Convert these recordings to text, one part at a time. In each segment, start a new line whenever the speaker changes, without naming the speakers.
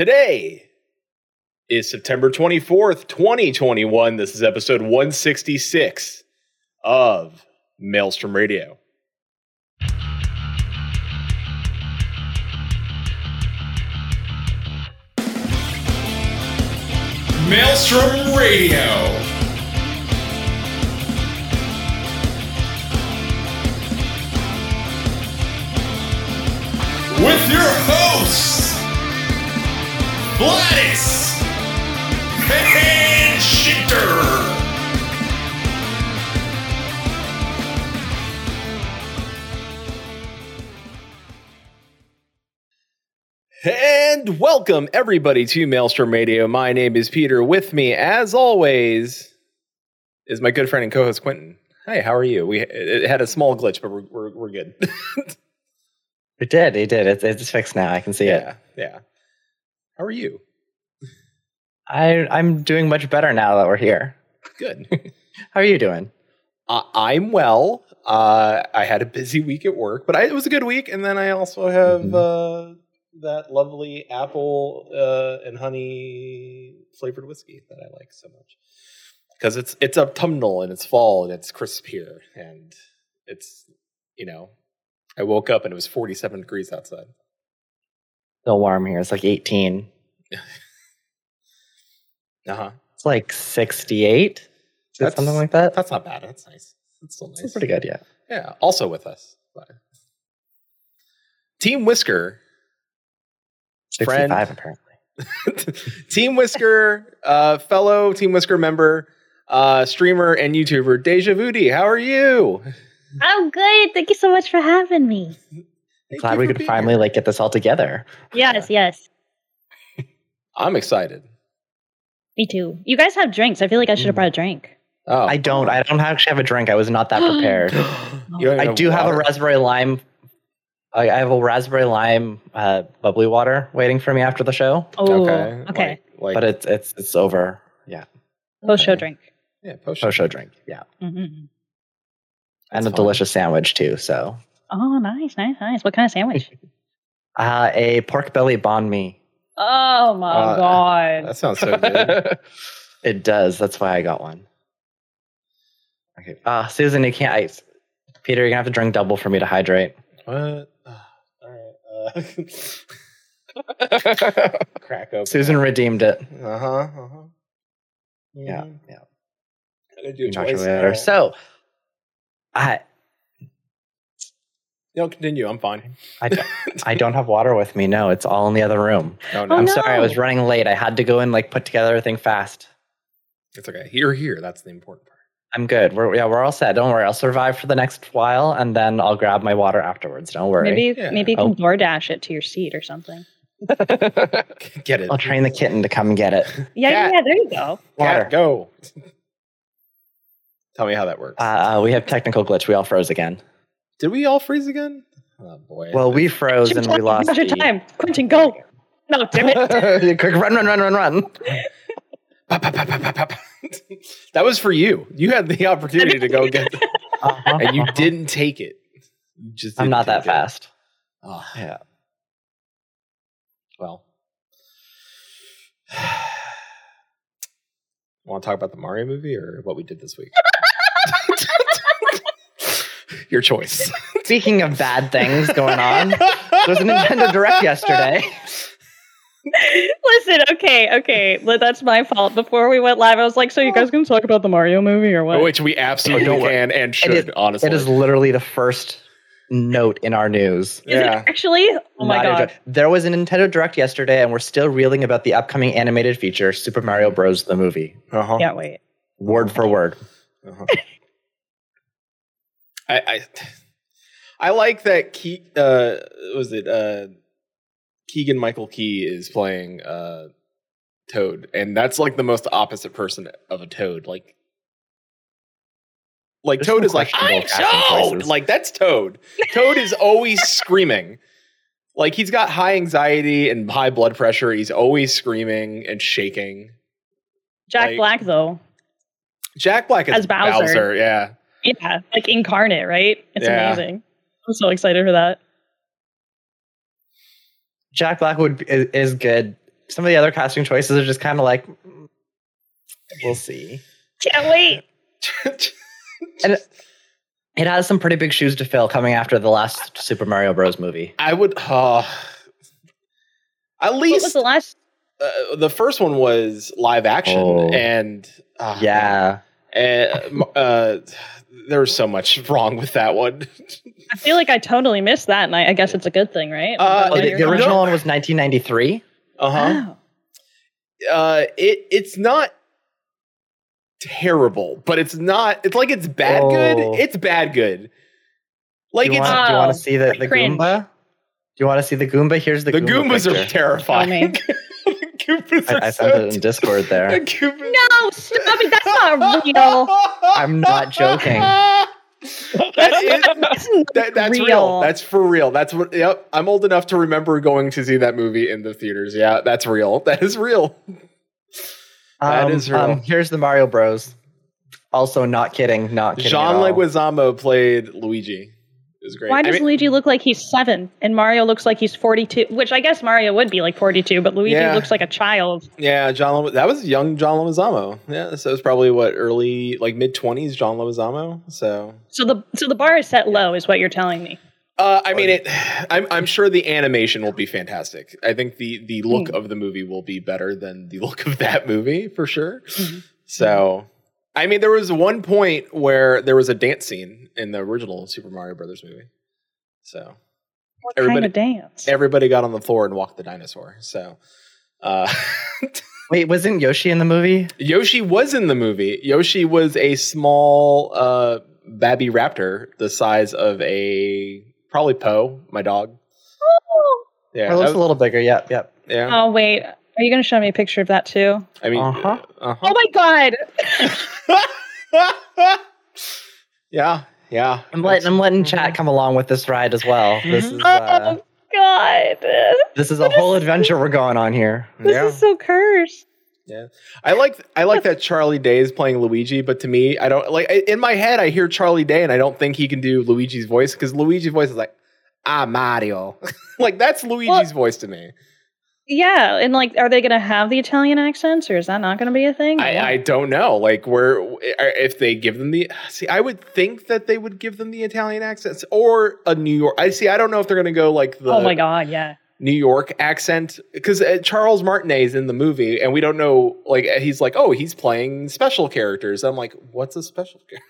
Today is September 24th, 2021. This is episode 166 of Maelstrom Radio.
Maelstrom Radio. With your hosts, Gladys and Shinter.
And welcome, everybody, to Maelstrom Radio. My name is Peter. With me, as always, is my good friend and co host Quentin. Hey, how are you? We it it had a small glitch, but we're, we're, we're good.
It did. It did. It's, it's fixed now. I can see it.
yeah. Yeah. How are you?
I, I'm doing much better now that we're here.
Good.
How are you doing?
I- I'm well. Uh, I had a busy week at work, but I, it was a good week. And then I also have
Mhm.
uh, that lovely apple uh, and honey flavored whiskey that I like so much because it's it's autumnal and it's fall and it's crisp here and it's you know I woke up and it was 47 degrees outside.
Still warm here. It's like 18.
Uh huh.
It's like 68. Is it
That's-
something like that?
That's not bad. That's nice. That's still nice.
That's pretty good. Yeah.
Yeah, also with us. Team Whisker
65
Friend.
apparently.
Team Whisker, uh, fellow Team Whisker member, uh, streamer, and YouTuber Deja Vudi. How are you?
I'm good. Thank you so much for having me.
Thank
Glad
you
we
for
could
being
finally
here.
like get this all together.
Yes, yes.
I'm excited.
Me too. You guys have drinks. I feel like I should have
Mm.
brought a drink.
Oh,
I don't. I don't actually have a drink. I was not that prepared.
You don't even
I do have a
water.
raspberry lime. I I have a raspberry lime uh, bubbly water waiting for me after the show,
Oh, okay.
Okay. Like, like
but it's it's it's over. Yeah,
Post show
okay.
drink.
yeah, post
post show drink. Yeah,
hmm
and
That's
a
fine.
delicious sandwich too. So
Oh, nice, nice, nice. What kind of sandwich?
Uh, a pork belly banh mi.
oh my
Uh,
god.
That sounds so good.
It does. That's why I got one. Okay. Uh, Susan, you can't. I, Peter, you're gonna have to drink double for me to hydrate.
what? Ah, All right. Uh, crack open.
Susan redeemed it.
Uh huh. Uh huh.
Yeah, yeah.
I'm gonna Mm-hmm. do
We
it
can talk to you
twice
later.
now.
So, I
no, continue. I'm fine.
I don't, I don't have water with me. No, it's all in the other room.
No, no,
Oh,
I'm
no.
sorry. I was running late. I had to go and like put together everything fast.
it's okay. You're here. That's the important part.
I'm good. We're yeah, we're all set. Don't worry. I'll survive for the next while, and then I'll grab my water afterwards. Don't worry.
Maybe
Yeah.
maybe you can
Oh.
DoorDash it to your seat or something.
Get it.
I'll train the kitten to come and get it.
Yeah, yeah,
Cat.
yeah, there you go.
Water.
Cat, go. Tell me how that works.
Uh, uh, we have technical glitch. We all froze again.
Did we all freeze again? Oh boy.
Well, we froze
Shoot
and we
time,
lost.
shoot
the-
time. Quentin, go. No, damn it.
Yeah, Quick, run, run, run, run, run.
Pa, pa, pa, pa, pa, pa, pa. that was for you. You had the opportunity to go get, it, and you didn't take it. You just
I'm
didn't
not that
take it.
fast.
Oh,
Yeah.
well. Want to talk about the Mario movie or what we did this week? Your choice.
Speaking of bad things going on, there was a Nintendo Direct yesterday.
Listen, okay, okay. Well, that's my fault. Before we went live, I was like, so you guys gonna talk about the Mario movie or what?
Which we absolutely
don't worry.
can and should,
is-
honestly.
It is literally the first note in our news.
Is
yeah.
it actually? Oh my
Not a
god.
joke. There was a Nintendo Direct yesterday, and we're still reeling about the upcoming animated feature, Super Mario Bros. the movie,
Uh-huh.
Can't wait.
word for word.
Uh-huh. I, I I like that Key uh was it uh Keegan Michael Key is playing uh Toad and that's like the most opposite person of a Toad like like
There's
Toad
some
is like I'm
questionable casting
Toad
choices.
like that's Toad Toad is always screaming like he's got high anxiety and high blood pressure he's always screaming and shaking
Jack
Like-
Black though.
Jack Black is
As Bowser.
Bowser yeah
Yeah, like incarnate, right? It's
Yeah.
amazing. I'm so excited for that.
Jack Black would is, is good some of the other costume choices are just kind of like, mm, we'll see.
Can't wait.
It has some pretty big shoes to fill coming after the last Super Mario Bros. movie.
I would. Uh, at
What
least
was the last?
uh, the first one was live action,
Oh.
and uh,
Yeah,
uh, m- uh, there was so much wrong with that one.
I feel like I totally missed that, and I, I guess it's a good thing, right?
Uh,
Now
well, the,
Oh, you're
the
gone.
original one was 1993.
Uh-huh.
Wow.
Uh It it's not terrible, but it's not. It's like it's bad
Oh.
good. It's bad good. Like
do you
it's
wanna-
want, do you
Oh,
want to see the, the
cringe.
Goomba? Do you want to see the Goomba? Here's the,
the
Goomba
Goombas are
picture.
terrifying. the Goombas are
I, I
so
sent it in Discord
ter-
there.
the Goombas.
No, stop it. That's not real.
I'm not joking.
That is,
That's not
that, that's real. That's for real. That's what. Yep. I'm old enough to remember going to see that movie in the theaters. Yeah, that's real. That is real. That
Um,
is real.
um, here's the Mario Bros. Also, not kidding. Not kidding.
John
at all.
Leguizamo played Luigi. It was great.
Why
I
does
mean-
Luigi look like he's seven and Mario looks like he's 42? Which I guess Mario would be like 42, but Luigi
Yeah.
looks like a child.
Yeah, John. Lo- that was young John Leguizamo. Yeah, so it's probably what early, like mid twenties, John Leguizamo. So,
So the so the bar is set low, is what you're telling me.
uh, I mean, it. I'm, I'm sure the animation will be fantastic. I think the the look of the movie will be better than the look of that movie for sure.
Mhm.
So, I mean, there was one point where there was a dance scene in the original Super Mario Brothers movie. So
What
Everybody-
kind of dance?
everybody got on the floor and walked the dinosaur. So. Uh,
Wait, wasn't Yoshi in the movie?
Yoshi was in the movie. Yoshi was a small uh babby raptor the size of a probably Poe, my dog. Yeah.
Or Oh,
that
looks a
was-
little bigger. Yep, yep.
yeah.
oh wait, are you going to show me a picture of that too?
I mean
Uh-huh.
uh-huh.
Oh my god!
yeah. Yeah.
I'm letting I'm letting
Mhm.
chat come along with this ride as well. This is uh,
Oh god!
this is a whole adventure we're going on here.
This
Yeah.
is so cursed.
I like I like that Charlie Day is playing Luigi, but to me, I don't like I- in my head I hear Charlie Day and I don't think he can do Luigi's voice cuz Luigi's voice is like Ah Mario. like that's Luigi's voice to me.
Yeah, and like, are they going to have the Italian accents, or is that not going to be a thing?
I, I don't know. Like, where if they give them the see, I would think that they would give them the Italian accents or a New York. I see. I don't know if they're gonna go like the
oh my god! Yeah.
New York accent because uh, Charles Martinet is in the movie, and we don't know. Like, he's like, oh, he's playing special characters. I'm like, what's a special character?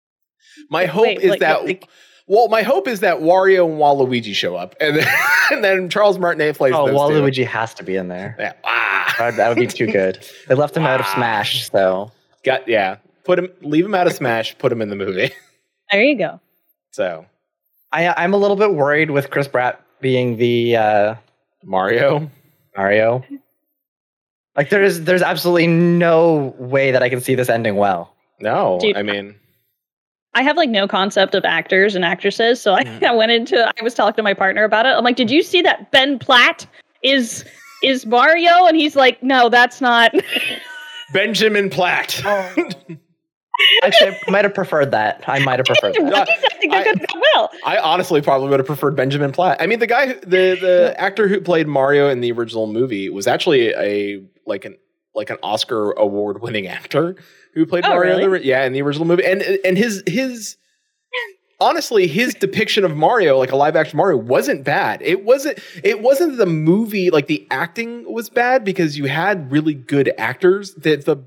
My hope
wait,
is
like,
that.
like-
well, my hope is that Wario and Waluigi show up, and then, and then Charles Martinet plays.
Oh,
those Two.
Waluigi has to be in there.
Yeah. Ah.
That would, that would be too good. They left him out of
Wow.
Smash, so
Got yeah. Put him, leave him out of Smash. Put him in the movie.
There you go.
So
I, I'm a little bit worried with Chris Pratt being the uh,
Mario.
Mario. Like there is, there's absolutely no way that I can see this ending well.
No,
Dude,
I mean,
I have like no concept of actors and actresses, so I, I went into I was talking to my partner about it. I'm like, did you see that Ben Platt is is Mario? And he's like, no, that's not.
Benjamin Platt.
Actually, I might have preferred that. I might have preferred that.
I think they're
I-
going to go well.
I honestly probably would have preferred Benjamin Platt. I mean, the guy, who, the the actor who played Mario in the original movie was actually a like an like an Oscar award winning actor who played
Oh,
Mario. in the
really?
ri- yeah, in the original movie, and and his his. Honestly, his depiction of Mario, like a live action Mario, wasn't bad. It wasn't. It wasn't the movie. Like the acting was bad because you had really good actors. That the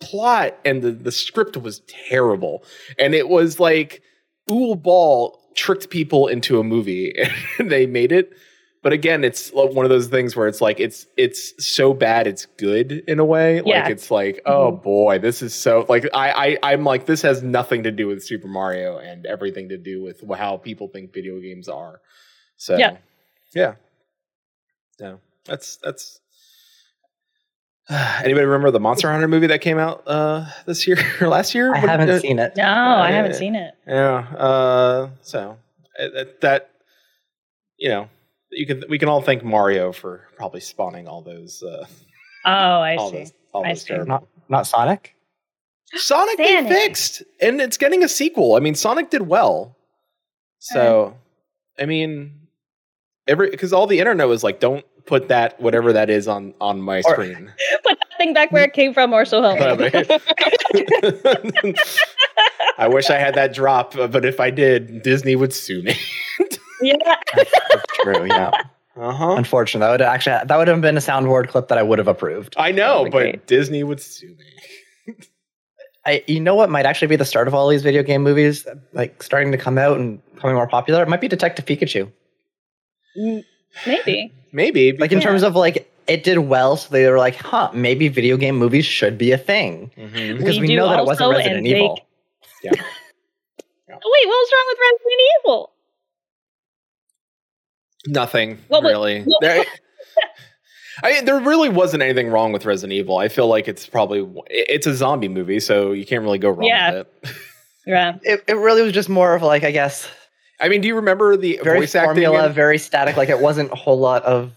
plot and the, the script was terrible. And it was like Uwe Ball tricked people into a movie and they made it. But again, it's like one of those things where it's like it's it's so bad it's good in a way.
Yeah.
Like it's like, oh boy, this is so like I, I I'm like this has nothing to do with Super Mario and everything to do with how people think video games are. So
Yeah.
yeah. Yeah. That's that's Anybody remember the Monster Hunter movie that came out uh, this year or last year?
I
What- uh,
haven't seen it.
No, I haven't seen it.
Yeah. Uh, so uh, that, that you know you can we can all thank Mario for probably spawning all those uh,
Oh, I
all
see.
those all
I
those
see.
terrible.
Not, not Sonic.
Sonic
Sonic.
they fixed and it's getting a sequel. I mean Sonic did well.
Uh.
So I mean every because all the internet was like don't put that whatever that is on on my
Or-
screen.
Put that thing back where it came from, or so help me.
I wish I had that drop, but if I did, Disney would sue me.
yeah.
That's true. Yeah.
Uh
Uh-huh.
huh.
Unfortunately, that would actually that would have been a soundboard clip that I would have approved.
I know,
That'd be
but
great.
Disney would sue me.
I, you know what might actually be the start of all these video game movies, like starting to come out and becoming more popular. It might be Detective Pikachu.
Maybe.
Maybe
Like in
Yeah.
terms of like it did well, so they were like, huh, maybe video game movies should be a thing
Mhm.
because
We
we,
do
know that it wasn't
also
Resident
intake-
Evil.
Wait, what was wrong with Resident Evil?
nothing
Well, but-
really.
well-
there, I, there really wasn't anything wrong with Resident Evil. I feel like it's probably it- it's a zombie movie, so you can't really go wrong
Yeah.
with it.
Yeah.
It, it really was just more of like I guess
I mean, do you remember the
very
voice acting?
formula,
in-
very static. Like it wasn't a whole lot of.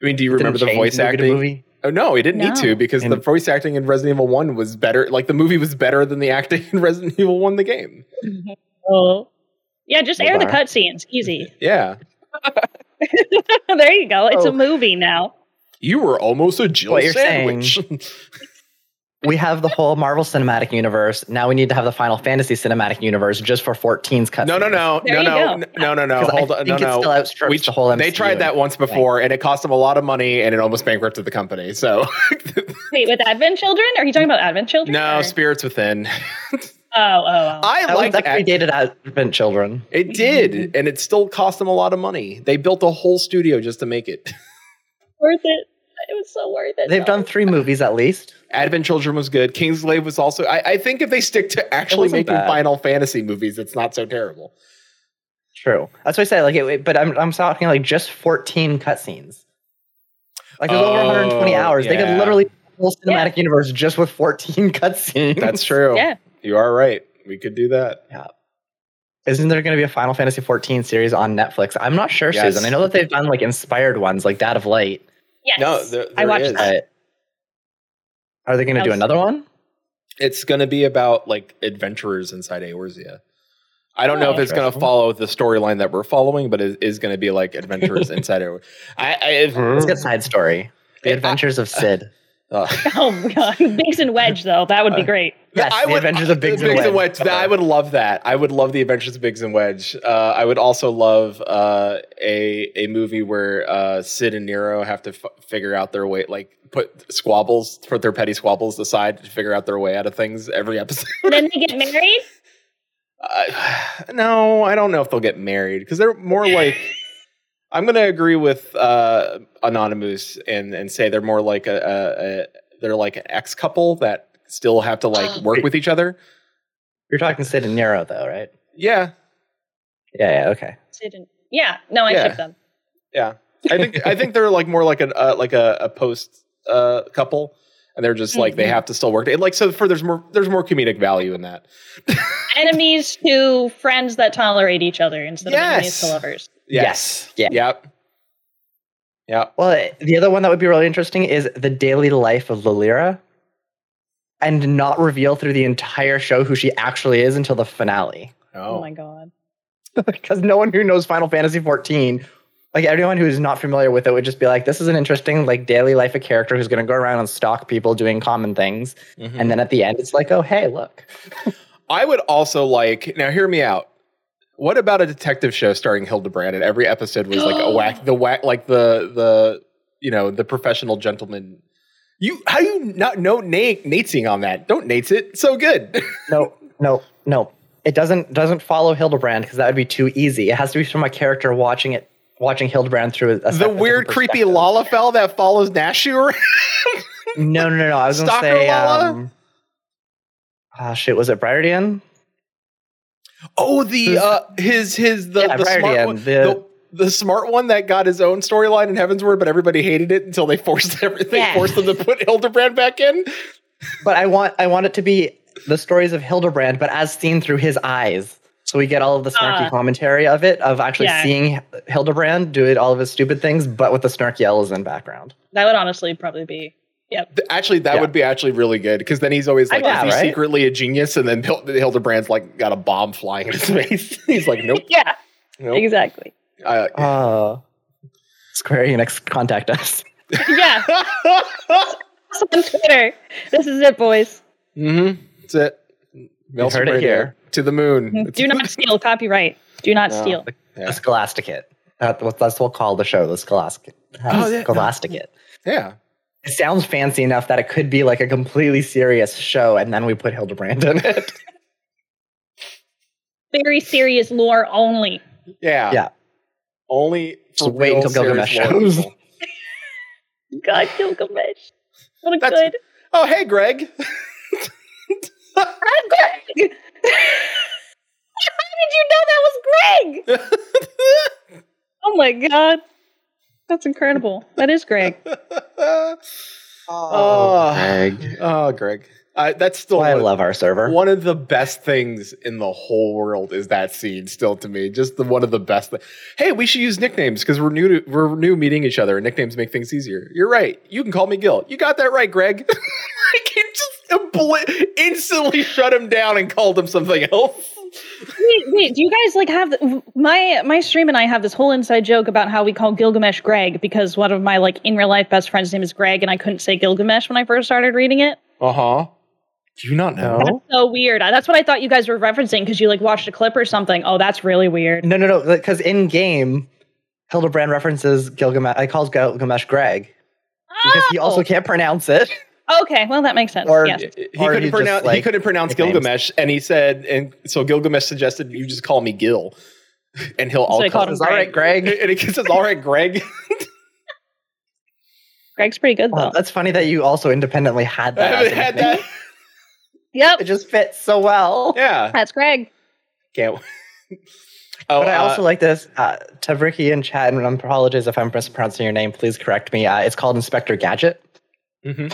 I mean, do you
it didn't
remember the
change
voice
movie to
acting?
Movie.
Oh no, it didn't need to
No.
because the
And-
voice acting in Resident Evil One was better. Like the movie was better than the acting in Resident Evil One, the game.
Oh. Yeah, just air the
Bizarre.
cutscenes. Easy.
Yeah,
there you go. It's
Oh.
a movie now.
you were almost a Jill
What you're
sandwich.
We have the whole Marvel Cinematic Universe. Now we need to have the Final Fantasy Cinematic Universe just for 14's cut.
no, no, no,
There
no,
you
no,
go.
no, no, no. Hold
I
on, no,
think it still
no.
outstrips
We-
the whole MCU.
They tried that once before, and it cost them a lot of money, and it almost bankrupted the company. So
Wait, with Advent Children? Are you talking about Advent Children?
no,
or-
Spirits Within.
oh, oh, oh.
I
That Mm-hmm.
like
was actually
that.
dated Advent Children.
It did, and it still cost them a lot of money. They built a whole studio just to make it.
worth it. It was so worth it.
They've
though.
done three movies at least.
Advent Children was good. Kingslave was also. I, I think if they stick to actually
wasn't
making
bad.
Final Fantasy movies, it's not so terrible.
True. That's what I said. Like, it- it, but I'm I'm talking like just 14 cutscenes. Like there's over
Oh,
120 hours. They
yeah.
could literally do the whole cinematic universe just with 14 cutscenes.
That's true.
Yeah.
You are right. We could do that.
Isn't there going to be a Final Fantasy 14 series on Netflix? I'm not sure,
Yes.
Susan. I know that they've done like inspired ones, like Dad of Light.
Yes.
No, there-
I
there
watched
is.
that.
But are they going to
I
do
was-
another one?
It's going to be about like adventurers inside Eorzea. I don't know
Oh,
if it's going to
interesting.
follow the storyline that we're following, but it is going to be like adventurers inside Eorzea. I, I
Let's
Mm.
get side story. The
Yeah, I-
Adventures of Sid.
Ugh.
Oh god, Biggs and Wedge though, that
Uh.
would be great.
Yes,
I uh,
The Adventures of Biggs,
Biggs
and Wedge.
That- I would love that. I would love the Adventures of Biggs and Wedge. Uh, I would also love uh, a a movie where uh, Sid and Nero have to f- figure out their way, like put squabbles, put their petty squabbles aside to figure out their way out of things every episode.
And then they get married.
Uh, no, I don't know if they'll get married because they're more like. I'm going to agree with uh, Anonymous and and say they're more like a, a, a they're like an ex couple that still have to like work with each other.
You're talking Sid and Nero, though, right?
Yeah,
Yeah, yeah, okay.
Didn't- Yeah, no, I
Yeah.
ship them.
I think I think they're like more like an uh, like a, a post uh, couple, and they're just like they
Mhm.
have to still work. And like so, for there's more there's more comedic value in that.
Enemies to friends that tolerate each other instead of enemies
Yes.
to lovers.
Yes.
Yes.
Yep. Yep.
Well, the other one that would be really interesting is the daily life of Lilira and not reveal through the entire show who she actually is until the finale.
Oh,
Oh.
my god.
Because no one who knows Final Fantasy 14, like everyone who is not familiar with it, would just be like, this is an interesting, like, daily life of character who's going to go around and stalk people doing common things.
Mhm.
And then at the end, it's like, oh, hey, look.
I would also like now. Hear me out. What about a detective show starring Hildebrand and every episode was like a whack the whack like the the you know the professional gentleman. You how do you not know Nate Natesing on that? Don't Nates it. So good.
No, no, no. It doesn't doesn't follow Hildebrand because that would be too easy. It has to be from a character watching it, watching Hildebrand through a
the
separate
weird creepy
perspective.
Lalafell that follows Nashu around.
No, no, no, no. I was gonna
Stalker
say.
Lala?
Um, oh shit! Was it Briardian?
Oh, the
Who's-
uh, his his the,
Yeah,
the smart
Briardian,
one, the,
the-
the smart one that got his own storyline in Heaven's Word, but everybody hated it until they forced everything,
Yeah.
forced them to put Hildebrand back in.
But I want I want it to be the stories of Hildebrand, but as seen through his eyes. So we get all of the snarky
Ah.
commentary of it, of actually
Yeah.
seeing Hildebrand do it, all of his stupid things, but with the snarky L's in background.
That would honestly probably be
Th- Actually, that
Yeah.
would be actually really good because then he's always
I
like,
know,
is he
right?
secretly a genius? And then Hil- Hildebrand's like got a bomb flying in his face. he's like, nope,
Yeah,
nope.
exactly.
Uh,
Oh, Square Enix contact us.
yeah, us on Twitter. This is it, boys.
Mm-hmm. That's it. Maelstrom
heard it
Radio.
here.
To the moon. It's-
Mm-hmm. Do not steal. Copyright. Do not
No.
steal.
Yeah.
The Scholastic Hit. Uh, what- that's what we'll call the show. The Scholastic.
Oh, yeah.
Scholastic Hit.
yeah.
It sounds fancy enough that it could be like a completely serious show, and then we put Hildebrand in it.
Very serious lore only.
Yeah.
Yeah.
Only for
Just wait
real
until Gilgamesh
serious lore
shows.
people.
God, Gilgamesh. What a
That's-
good.
Oh, hey, Greg.
I'm Greg. How did you know that was Greg? Oh my god, that's incredible. That is Greg.
oh,
Oh, Greg.
Oh, Greg. I that's still
Well, I
one of-
love our server.
One of the best things in the whole world is that scene. Still to me, just the one of the best. Th- hey, we should use nicknames because we're new. To, we're new meeting each other, and nicknames make things easier. You're right. You can call me Gil. You got that right, Greg. I can just obli- instantly shut him down and called him something else.
Wait, wait, do you guys like have the, my my stream and I have this whole inside joke about how we call Gilgamesh Greg because one of my like in real life best friend's name is Greg and I couldn't say Gilgamesh when I first started reading it.
Uh huh. Do you not know?
Uh-huh. No.
So weird. That's what I thought you guys were referencing because you like watched a clip or something. Oh, that's really weird.
No, no, no. Because in game, Hildebrand references Gilgamesh. I calls Gilgamesh Greg because he also
Oh!
can't pronounce it.
okay. Well, that makes sense.
Or-
yes.
He
Or
couldn't,
you just,
pronounce, he
like,
couldn't pronounce
nicknames.
Gilgamesh, and he said, and so Gilgamesh suggested you just call me Gil, and he'll all
they
call
called
him.
him
It's all right, Greg.
And he says, "All right, Greg."
Greg's pretty good
Wow,
though.
that's funny that you also independently had
I
that. as
haven't
a
had
nickname.
that.
yep.
It just fits so well.
Yeah.
That's Greg.
Can't. Oh,
but I
uh,
also like this. Uh, Tabriki and Chad, and I apologize if I'm mispronouncing your name. Please correct me. Uh, it's called Inspector Gadget.
mhm.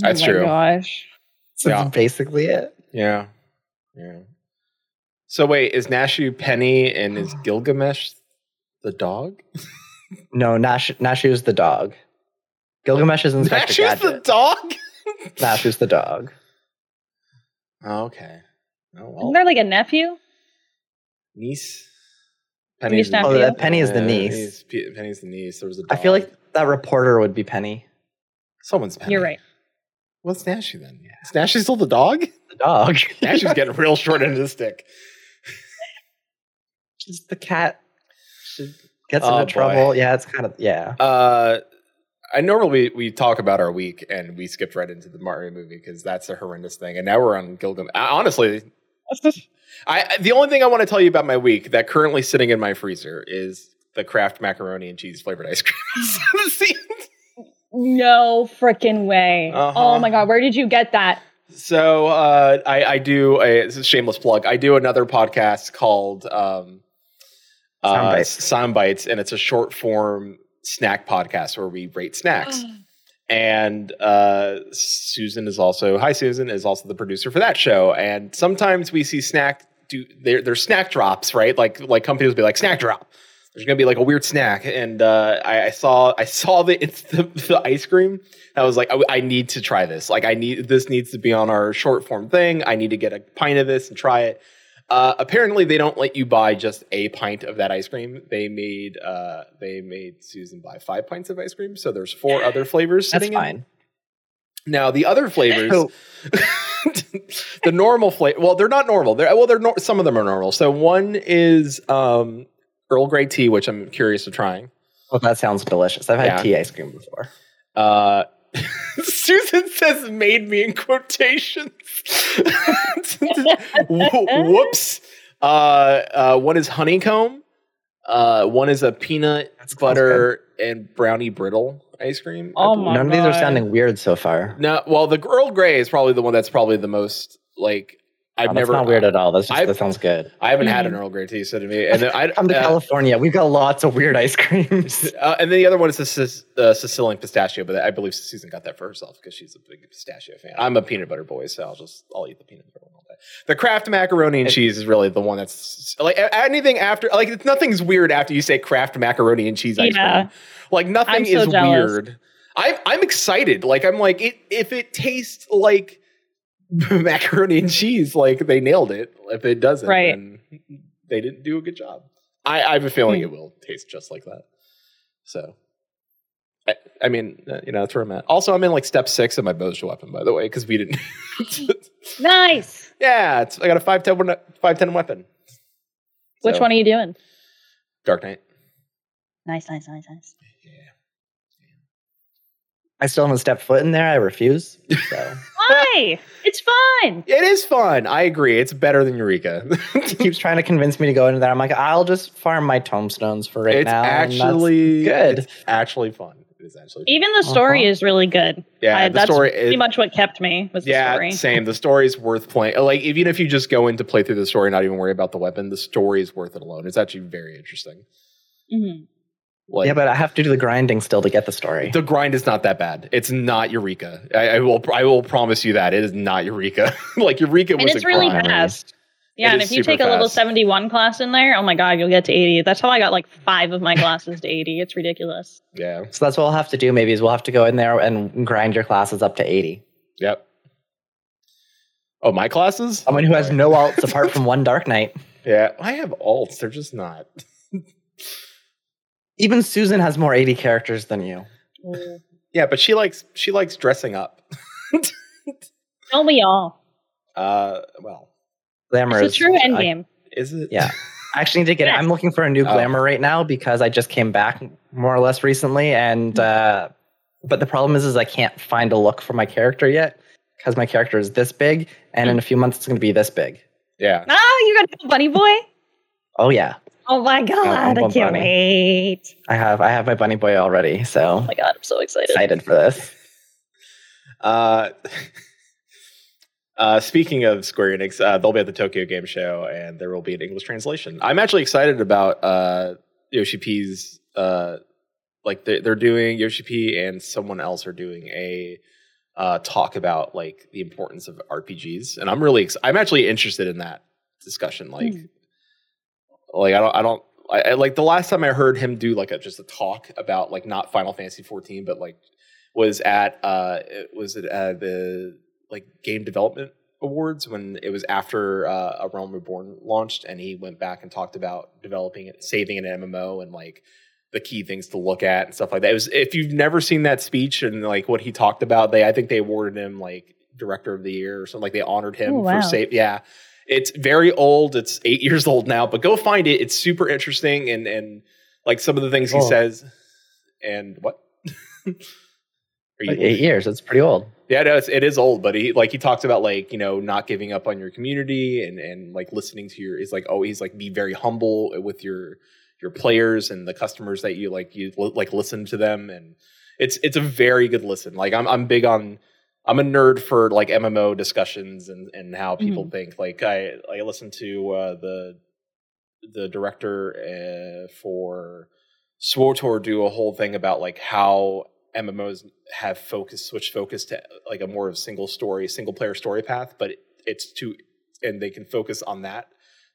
That's
oh my
true.
Gosh.
So
Yeah.
That's basically it.
Yeah. Yeah. So wait, is Nashu Penny and is Gilgamesh the dog?
No, Nash, Nashu's the dog. Gilgamesh is Inspector
Nashu's the
Gadget.
dog.
Nashu's the dog.
Oh, okay. Oh
Isn't
well.
there like a nephew?
niece.
Niece
the-
Nashu?
Oh, that Penny is the
Yeah,
niece.
Penny's- Pe- Penny's the niece. There was a
I
dog.
feel like that reporter would be Penny.
someone's Penny.
You're right.
What's Nashu then? Is Nashu still the dog?
The dog.
Nashu's getting real short end of the stick.
just the cat she gets
Oh,
into
boy.
trouble. Yeah, it's kind of yeah.
Uh, I normally we, we talk about our week and we skipped right into the Mario movie because that's a horrendous thing, and now we're on Gilgamesh. I, honestly, I I- the only thing I want to tell you about my week that currently sitting in my freezer is the Kraft macaroni and cheese flavored ice cream. See?
No freaking way.
Uh-huh.
Oh my god, where did you get that?
so uh, I, I do a, it's a shameless plug. I do another podcast called um, uh,
Soundbites.
Sound Bites, and it's a short form snack podcast where we rate snacks. and uh, Susan is also hi Susan is also the producer for that show. And sometimes we see snack do there there's snack drops right like like companies will be like snack drop. There's gonna be like a weird snack, and uh, I, I saw I saw the it's the, the ice cream. I was like, I, I need to try this. Like I need this needs to be on our short form thing. I need to get a pint of this and try it. Uh, apparently, they don't let you buy just a pint of that ice cream. They made uh, they made Susan buy five pints of ice cream. So there's four other flavors
That's
sitting in.
fine.
Now the other flavors,
So,
the normal flavor. Well, they're not normal. They're well, they're nor- some of them are normal. So one is um, Earl Grey tea, which I'm curious of trying.
well, oh, that sounds delicious. I've had
Yeah.
tea ice cream before.
Uh, Susan says "made me" in quotations. Wh- Whoops. Uh, uh, one is honeycomb. Uh, one is a peanut
That's
butter and brownie brittle ice cream. I
Oh
believe.
my
None of these are
God.
sounding weird so far. Oh,
No, well, the Earl Grey is probably the one that's probably the most like I've
Oh, that's
never.
not weird at all. That's just,
I've-
that sounds good.
I haven't had
Mhm.
an Earl Grey tea, so to me, and then I
Come to
uh,
California. We've got lots of weird ice creams.
uh, and then the other one is the Sic- uh, Sicilian pistachio, but I believe Susan got that for herself because she's a big pistachio fan. I'm a peanut butter boy, so I'll just I'll eat the peanut butter one all day. The Kraft macaroni and cheese is really the one that's like a- anything after like it's, nothing's weird after you say Kraft macaroni and cheese ice
Yeah.
cream. Like nothing
I'm so
is
jealous.
weird. I'm I'm excited. Like I'm like it, if it tastes like macaroni and cheese, like they nailed it. If it doesn't,
Right. Hmm.
then they didn't do a good job. I, I have a feeling it will taste just like that. So, I, I mean, uh, you know, that's where I'm at. Also, I'm in like step six of my bows weapon, by the way, because we didn't.
Nice.
yeah, it's, I got a 510, 510 weapon.
Which
So,
one are you doing?
Dark Knight.
Nice, nice, nice, nice.
Yeah.
I still haven't stepped foot in there. I refuse. So
Why? it's fun.
It is fun. I agree. It's better than Eureka.
he keeps trying to convince me to go into that. I'm like, I'll just farm my tombstones for right
it's
now. and that's-
actually
good.
It's actually fun. It is actually fun.
Even the story
Uh-huh.
is really good.
yeah.
I-
the
that's
story
Pretty
is,
much what kept me was the
yeah,
story.
same. The story's worth playing. Like even if you just go in to play through the story, and not even worry about the weapon, the story is worth it alone. It's actually very interesting.
Mhm.
Like,
yeah, but I have to do the grinding still to get the story.
the grind is not that bad. It's not Eureka. I, I will. I will promise you that it is not Eureka. like Eureka
And
was
it's
a
really
grind.
fast. Yeah,
It
and
is
if you
super
take a level
fast.
71 class in there, oh my god, you'll get to 80. That's how I got like 5 of my classes to 80. It's ridiculous.
Yeah.
So that's what we'll have to do. Maybe is we'll have to go in there and grind your classes up to eighty.
Yep. Oh, my classes.
Someone who has
Sorry.
no alts apart from one Dark Knight.
Yeah, I have alts. They're just not.
Even Susan has more eighty characters than you.
Mm.
Yeah, but she likes she likes dressing up.
Don't we all?
Uh, well,
Glamour
It's a
is-
true
I-
end game.
is it?
Yeah. I actually need to get.
Yeah.
I'm looking for a new
Oh.
glamour right now because I just came back more or less recently,
Hmm.
and uh, but the problem is, is I can't find a look for my character yet because my character is this big, and
Hmm.
in a few months it's going to be this big.
yeah.
Oh, you got a bunny boy?
Oh yeah,
Oh my god, I
want
can't
bunny.
wait.
I have I have my bunny boy already, so
Oh my god, I'm so excited.
excited for this.
Uh, uh, speaking of Square Enix, uh, they'll be at the Tokyo Game Show, and there will be an English translation. I'm actually excited about uh, Yoshi P's. Uh, like they're, they're doing Yoshi P and someone else are doing a uh, talk about like the importance of RPGs, and I'm really ex- I'm actually interested in that discussion. Like,
Hmm.
like I don't I don't. I, I- like the last time I heard him do like a, just a talk about like not Final Fantasy 14 but like was at uh it- was it uh, the like game development awards when it was after uh, a realm reborn launched and he went back and talked about developing it saving an mmo and like the key things to look at and stuff like that it was if you've never seen that speech and like what he talked about they i think they awarded him like director of the year or something like they honored him
Oh, wow.
for save yeah it's very old it's eight years old now but go find it it's super interesting and and like some of the things he
Cool.
says and what Are you-
Like eight years, it's pretty old.
yeah, no, it's, it is old, but he like he talks about like you know not giving up on your community and and like listening to your. He's like oh he's like be very humble with your your players and the customers that you like you li- like listen to them and it's it's a very good listen. Like I'm I'm big on I'm a nerd for like MMO discussions and and how people think. Like I I listened to uh, the the director uh, for SWTOR do a whole thing about like how MMOs have focus switch focus to like a more of single story single player story path but it, it's to and they can focus on that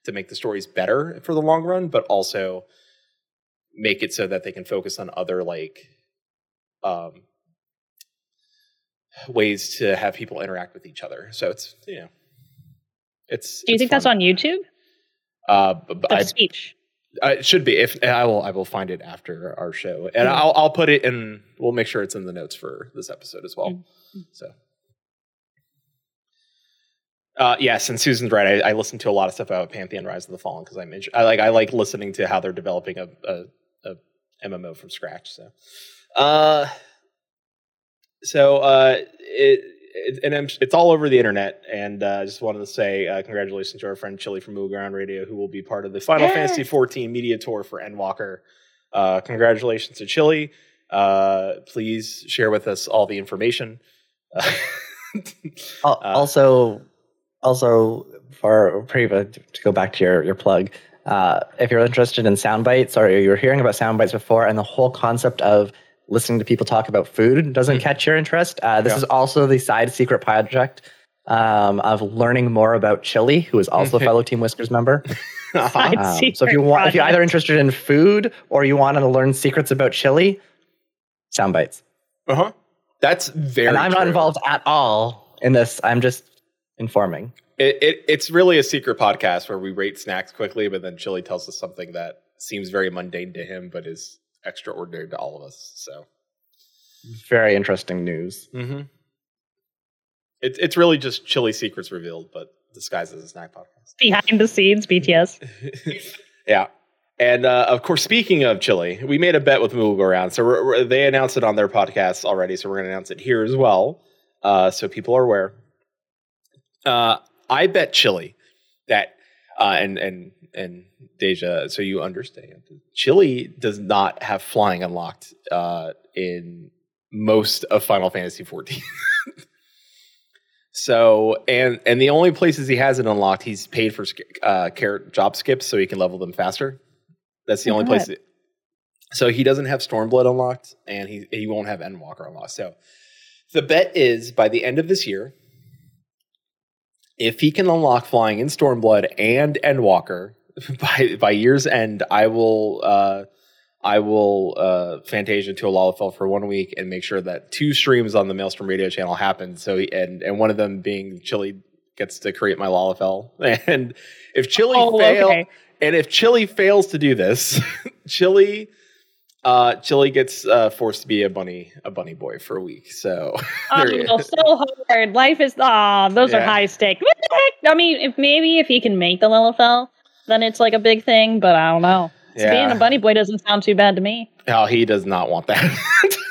to make the stories better for the long run but also make it so that they can focus on other like um ways to have people interact with each other so it's you know it's
Do you think that's on YouTube?
uh b- b-
The
I-
speech.
uh, it should be. If I will, I will find it after our show, and
Mm.
I'll I'll put it in. We'll make sure it's in the notes for this episode as
Mm.
well. So, uh, yes, and Susan's right. I, I listen to a lot of stuff about Pantheon: Rise of the Fallen because I'm inter- I like I like listening to how they're developing a a, a MMO from scratch. So, uh, so uh, it. It, and I'm, it's all over the internet. And uh, I just wanted to say uh, congratulations to our friend Chili from Moo Ground Radio, who will be part of the Final
Yes.
Fantasy 14 media tour for Endwalker. Uh, congratulations to Chili. Uh, please share with us all the information. Uh,
Al also, also for Priva to go back to your your plug. Uh, if you're interested in sound bites, or you were hearing about sound bites before, and the whole concept of listening to people talk about food doesn't
Mhm.
catch your interest, uh, this
Yeah.
is also the side secret project um, of learning more about Chili, who is also a
Mhm.
fellow Team Whiskers member.
uh-huh.
Um, so if
secret
you want, if you're
project.
either interested in food or you want to learn secrets about Chili, sound bites
Uh-huh. That's very.
and I'm not
true.
involved at all in this. I'm just informing.
It, it, it's really a secret podcast where we rate snacks quickly, but then Chili tells us something that seems very mundane to him, but is extraordinary to all of us. So
Very interesting news.
mm-hmm. it's it's really just chilly secrets revealed, but disguised as a snack podcast.
Behind the scenes, BTS.
yeah. And uh, of course, speaking of Chile, we made a bet with Move Around. So we're, we're- they announced it on their podcast already. So we're going to announce it here as well. Uh, so people are aware. Uh, I bet Chile that, uh, and, and, and Deja, so you understand, Chile does not have flying unlocked uh, in most of Final Fantasy XIV. So and and the only places he hasn't unlocked, he's paid for sk- uh, carrot job skips so he can level them faster. That's the
Oh,
only
good.
place. That, so he doesn't have Stormblood unlocked, and he he won't have Endwalker unlocked. So the bet is by the end of this year, if he can unlock flying in Stormblood and Endwalker by by year's end, I will uh, I will uh, Fantasia to Alalafell for one week and make sure that two streams on the Maelstrom Radio channel happen. So he- and and one of them being Chili gets to create my Lalafell. And if Chili
Oh,
fail,
okay.
and if Chili fails to do this, Chili uh, Chili gets uh, forced to be a bunny a bunny boy for a week. So
Oh,
There you go.
so hard. Life is ah, those are
Yeah.
high stakes. What the heck? I mean, if maybe if he can make the Lilifel, then it's like a big thing. But I don't know. So Being a bunny boy doesn't sound too bad to me.
oh, he does not want that.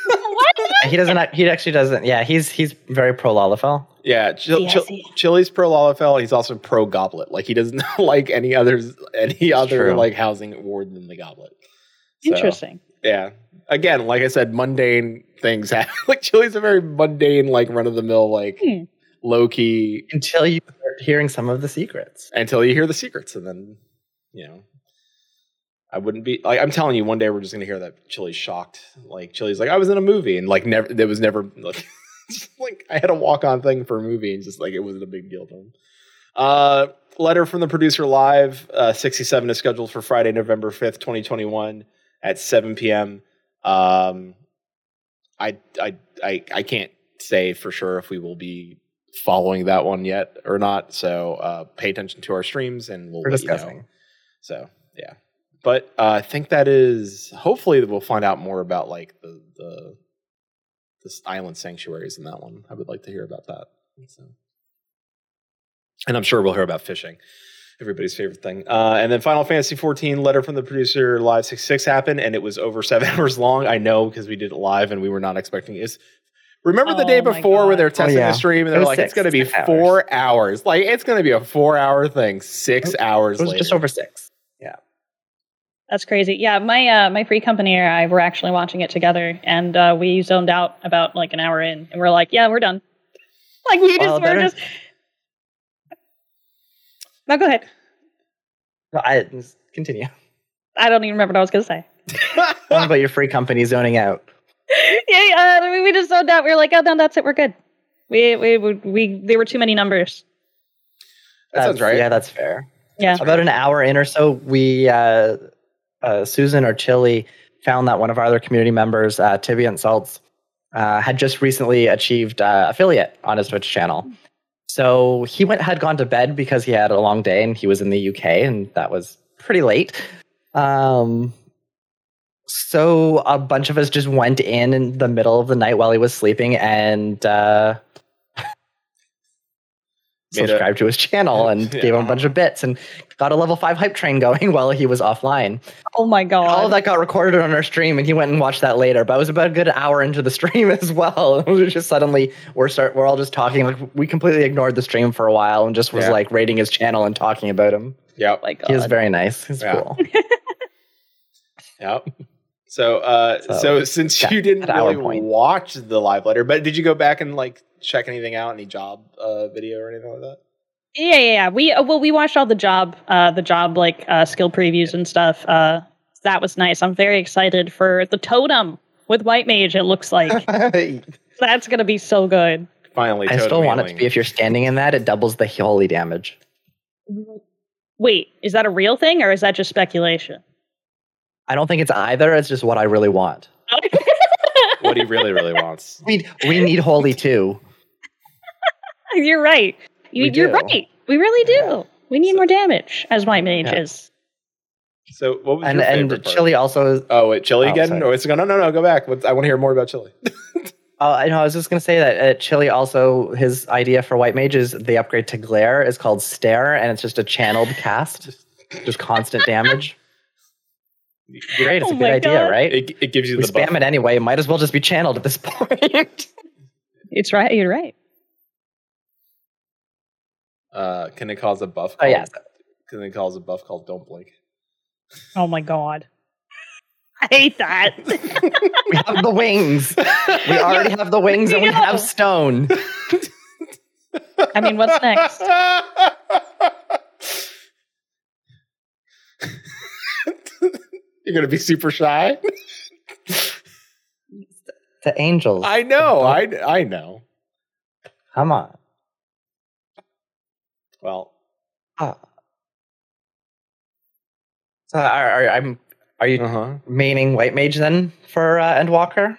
what?
He doesn't. act- He actually doesn't. Yeah, he's he's very pro Lalafell.
Yeah, Chil-
See, I
Chil-
see.
Chili's pro Lalafell. He's also pro Goblet. Like he doesn't like any others, any other
true.
like housing ward than the Goblet. So,
Interesting.
Yeah. Again, like I said, mundane things happen. like Chili's a very mundane, like run of the mill, like
Hmm.
low key
Until you start hearing some of the secrets.
until you hear the secrets, and then you know. I wouldn't be like I'm telling you. One day we're just gonna hear that Chili's shocked. Like Chili's like I was in a movie and like never there was never like, just, like I had a walk on thing for a movie and just like it wasn't a big deal to him. Uh, letter from the producer live. Uh, 67 is scheduled for Friday, November 5th, 2021 at 7 p.m. Um, I, I, I, I can't say for sure if we will be following that one yet or not. So uh, pay attention to our streams and we'll
We're
let you know.
discussing.
So yeah, but uh, I think that is hopefully we'll find out more about like the the this island sanctuaries in that one. I would like to hear about that. So. And I'm sure we'll hear about fishing, everybody's favorite thing. Uh, and then Final Fantasy 14 letter from the producer live six six happened, and it was over seven hours long. I know because we did it live and we were not expecting it. It's- Remember the
Oh
day
my
before where
God.
they were testing
yeah.
the stream and
It
they're
was
like, it's
six,
going to be
six hours.
four hours. Like, it's going to be a four hour thing. Six hours
It was
later.
just over six.
That's crazy. Yeah, my uh, my free company and I were actually watching it together, and uh, we zoned out about like an hour in, and we're like, yeah, we're done. Like we just we're
Well, better-
just. No, go ahead.
No, I continue.
I don't even remember what I was gonna say.
Tell me about your free company zoning out.
yeah, uh, we- we just zoned out. We were like, oh no, that's it. We're good. We we we, we there were too many numbers.
That sounds
That's-
right.
Yeah, that's fair.
Yeah.
About an hour in or so, we uh, uh, Susan or Chili found that one of our other community members, uh, Tibian Salts, uh, had just recently achieved uh, affiliate on his Twitch channel. So he went had gone to bed because he had a long day and he was in the UK and that was pretty late. Um, so a bunch of us just went in in the middle of the night while he was sleeping and uh,
Made a-
subscribed to his channel and
Yeah.
gave him a bunch of bits and got a level five hype train going while he was offline.
Oh my god.
All of that got recorded on our stream, and he went and watched that later. But it was about a good hour into the stream as well. It was just suddenly we're start we're all just talking like we completely ignored the stream for a while and just was
Yeah.
like rating his channel and talking about him.
Yep.
Oh my god.
He was very nice. He's
Yeah.
cool.
Yep. So, uh, so,
So,
since
yeah,
you didn't
at our
really
point.
watch the live letter, but did you go back and like check anything out, any job uh, video or anything like that?
yeah, yeah, yeah. We uh, well, we watched all the job, uh, the job like uh, skill previews and stuff. Uh, that was nice. I'm very excited for the totem with white mage. It looks like
I
that's gonna be so good.
Finally,
still want it to be if you're standing in that, it doubles the holy damage.
Wait, is that a real thing or is that just speculation?
I don't think it's either. It's just what I really want.
what he really, really wants.
We we need holy too.
you're right. You,
We
you're
do.
right. We really do. We need more damage as white mage
Yeah.
is.
So what was
and
your favorite
and
part?
Chili also.
Oh wait, Chili
Oh,
again?
sorry.
No, it's no, no, no. Go back. What's- I want to hear more about Chili.
Oh, I know. I was just gonna say that uh, Chili also his idea for White Mage is the upgrade to Glare is called Stare, and it's just a channeled cast, just constant damage. Great, it's
Oh
a good
my
idea,
God.
right?
It, it gives you
we
the buff.
spam it anyway. Might as well just be channeled at this point.
It's right. You're right.
Uh, can it cause a buff?
Oh,
called-
yeah.
Can it cause a buff called Don't Blink?
Oh my god. I hate that.
we have the wings. We already have the wings, and we
No.
have stone.
I mean, what's next?
You're gonna be super shy.
The angels.
I know. I I know.
Come on.
Well,
Ah. So uh, are, are I'm are you
uh huh.
meaning white mage then for uh, Endwalker?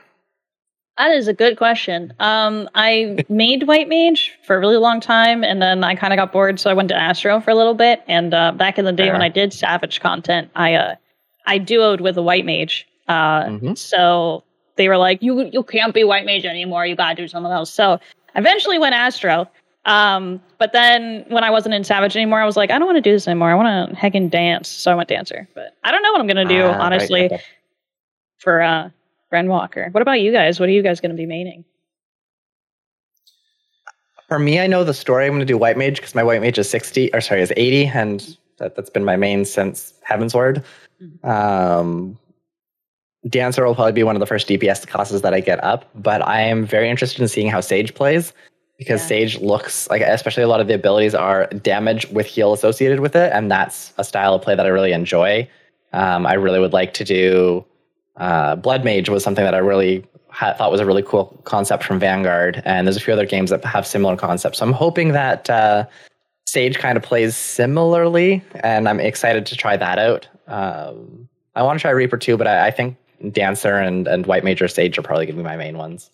That is a good question. Um, I made White Mage for a really long time, and then I kind of got bored, so I went to Astro for a little bit. And uh, back in the day when
Fair.
I did Savage content, I uh, I duoed with a White Mage. Uh,
Mm-hmm.
Mhm.
So they were like, "You you can't be White Mage anymore. You gotta do something else." So I eventually went Astro. Um, but then when I wasn't in Savage anymore, I was like, I don't want to do this anymore. I want to heckin' dance. So I went dancer. But I don't know what I'm gonna do
Ah, right,
honestly
okay.
for uh, Ren Walker. What about you guys? What are you guys gonna be maining?
For me, I know the story. I'm going to do white mage because my white mage is 60, or sorry, is 80, and that, that's been my main since Heaven's Word. Um, Dancer will probably be one of the first DPS classes that I get up, but I am very interested in seeing how Sage plays because
Yeah.
Sage looks like, especially a lot of the abilities are damage with heal associated with it, and that's a style of play that I really enjoy. Um, I really would like to do uh, Blood Mage was something that I really ha- thought was a really cool concept from Vanguard, and there's a few other games that have similar concepts. So I'm hoping that uh, Sage kind of plays similarly, and I'm excited to try that out. Um, I want to try Reaper too, but I, I think Dancer and, and White Mage or Sage are probably going to be my main ones.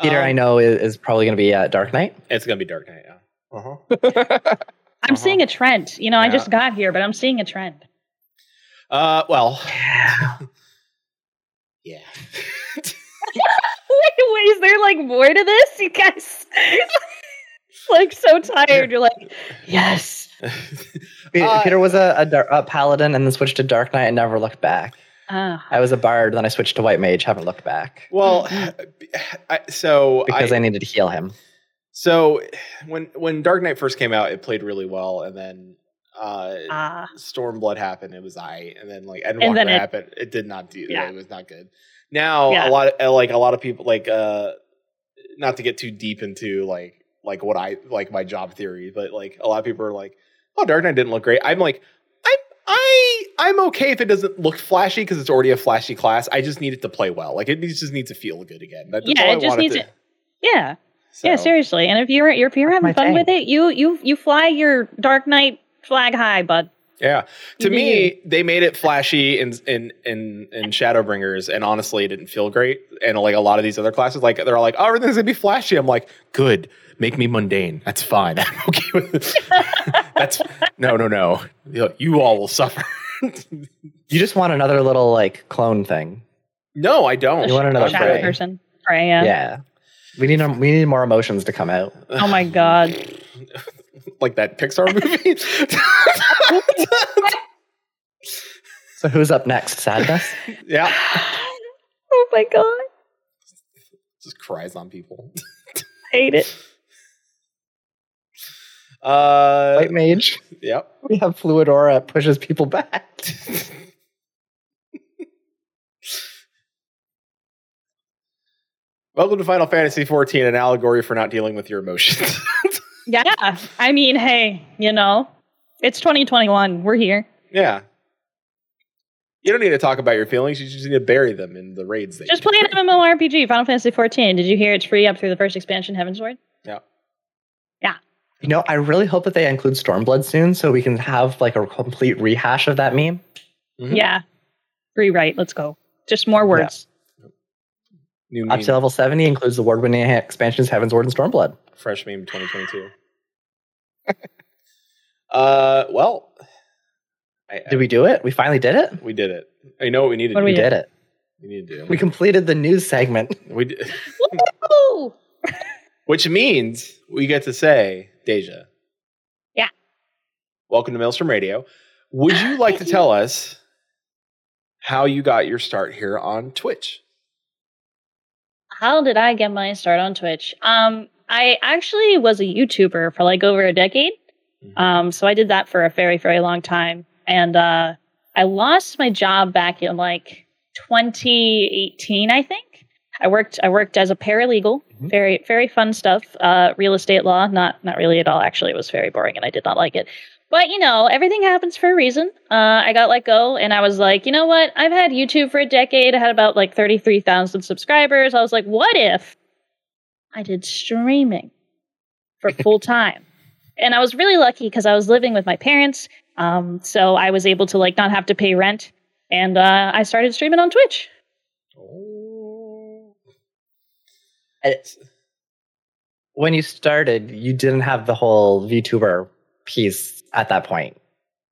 Peter,
Um,
I know, is, is probably going to be uh, Dark Knight.
It's gonna be Dark Knight. Yeah. Uh huh. Uh-huh.
I'm seeing a trend. You know, I
Yeah.
just got here, but I'm seeing a trend.
Uh, well, yeah.
Wait, wait, is there like more to this? You guys like so tired. You're like, yes.
Pe-
Uh,
Peter was a, a, dar- a Paladin and then switched to Dark Knight and never looked back.
Ah.
I was a Bard, then I switched to White Mage, haven't looked back.
Well, I, so
because I, needed to heal him.
So when when Dark Knight first came out, it played really well, and then uh,
ah.
Stormblood happened. It was I, and then like Endwalker
And then it-
happened. It did not do.
Yeah.
It was not good. Now a
Yeah.
lot of, like a lot of people like uh, not to get too deep into like like what I like my job theory, but like a lot of people are like, oh, Dark Knight didn't look great. I'm like. I'm I I'm okay if it doesn't look flashy because it's already a flashy class. I just need it to play well. Like it needs- just needs to feel good again. That- That's
Yeah,
all
it
I
just
wanted
needs
to-
to- yeah,
so.
yeah, seriously. And if you're if you're having
my
fun
thing.
with it, you you you fly your Dark Knight flag high, bud.
Yeah.
You
To
do
me, they made it flashy in in in in Shadowbringers, and honestly, it didn't feel great. And like a lot of these other classes, like they're all like, "Oh, everything's gonna be flashy." I'm like, "Good, make me mundane. That's fine. I'm okay with it." That's no, no, no. You- You all will suffer.
You just want another little like clone thing.
no, I don't.
You want another
Okay.
Shadow
Freya.
person, Freya.
Yeah. We need um, we need more emotions to come out.
Oh my god.
like that Pixar movie?
So who's up next? Sadness?
yeah,
oh my god. I
just cries on people.
hate it.
Uh,
White mage.
yep.
We have Fluidora it pushes people back.
Welcome to Final Fantasy XIV, an allegory for not dealing with your emotions.
Yeah. I mean, hey, you know, it's 2021. We're here.
yeah. You don't need to talk about your feelings. You just need to bury them in the raids that
Just
you
play an MMORPG, Final Fantasy 14. Did you hear it's free up through the first expansion, Heaven's Ward?
You know, I really hope that they include Stormblood soon so we can have like a complete rehash of that meme.
Mhm.
Yeah. Rewrite. Let's go. Just more words.
New
Up
meme,
to level 70 includes the award winning expansions Heaven's Ward and Stormblood.
fresh meme 2022. Uh, well, I,
Did we do it? We finally did it.
we did it. I know what we need to do.
What do
We
We
did it.
We need to do.
We completed the news segment.
we did,
Woo!
which means we get to say, Deja.
Yeah.
Welcome to Maelstrom Radio. Would you like to
Thank you.
tell us how you got your start here on Twitch?
How did I get my start on Twitch? Um, I actually was a YouTuber for like over a decade. Um, so I did that for a very, very long time. And uh, I lost my job back in like 2018, I think. I worked I worked as a paralegal.
Mhm.
Very, very fun stuff. Uh, real estate law, not not really at all. Actually, it was very boring and I did not like it. But you know, everything happens for a reason. Uh, I got let go, and I was like, you know what? I've had YouTube for a decade. I had about like thirty three thousand subscribers. I was like, what if I did streaming for full time? and I was really lucky because I was living with my parents, um, so I was able to like not have to pay rent, and uh, I started streaming on Twitch.
Oh.
When you started, you didn't have the whole VTuber piece at that point,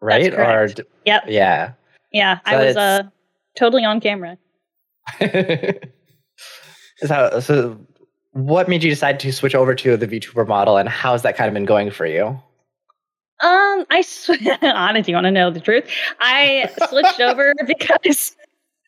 right?
correct.
d-
Yep.
yeah.
Yeah,
So
I was
it's-
uh, totally on camera.
so, so what made you decide to switch over to the VTuber model, and how's that kind of been going for you?
Um, I sw- Anna, do you want to know the truth? I switched over because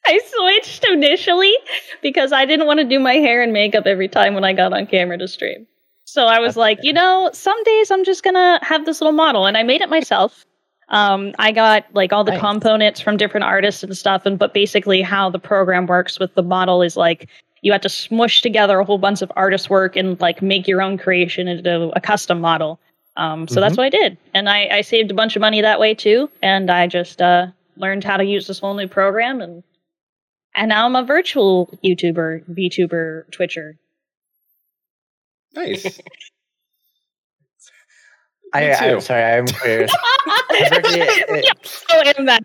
I switched initially because I didn't want to do my hair and makeup every time when I got on camera to stream. So I was
That's
like,
fair.
you know, some days I'm just gonna have this little model, and I made it myself. Um, I got like all the
Nice.
components from different artists and stuff, and but basically how the program works with the model is like you have to smush together a whole bunch of artist work and like make your own creation into a custom model. Um, so
Mm-hmm.
that's what I did, and I, I saved a bunch of money that way too. And I just uh, learned how to use this whole new program, and and now I'm a virtual YouTuber, VTuber, Twitcher.
Nice.
I,
Me too.
I'm sorry, I'm curious.
I am that.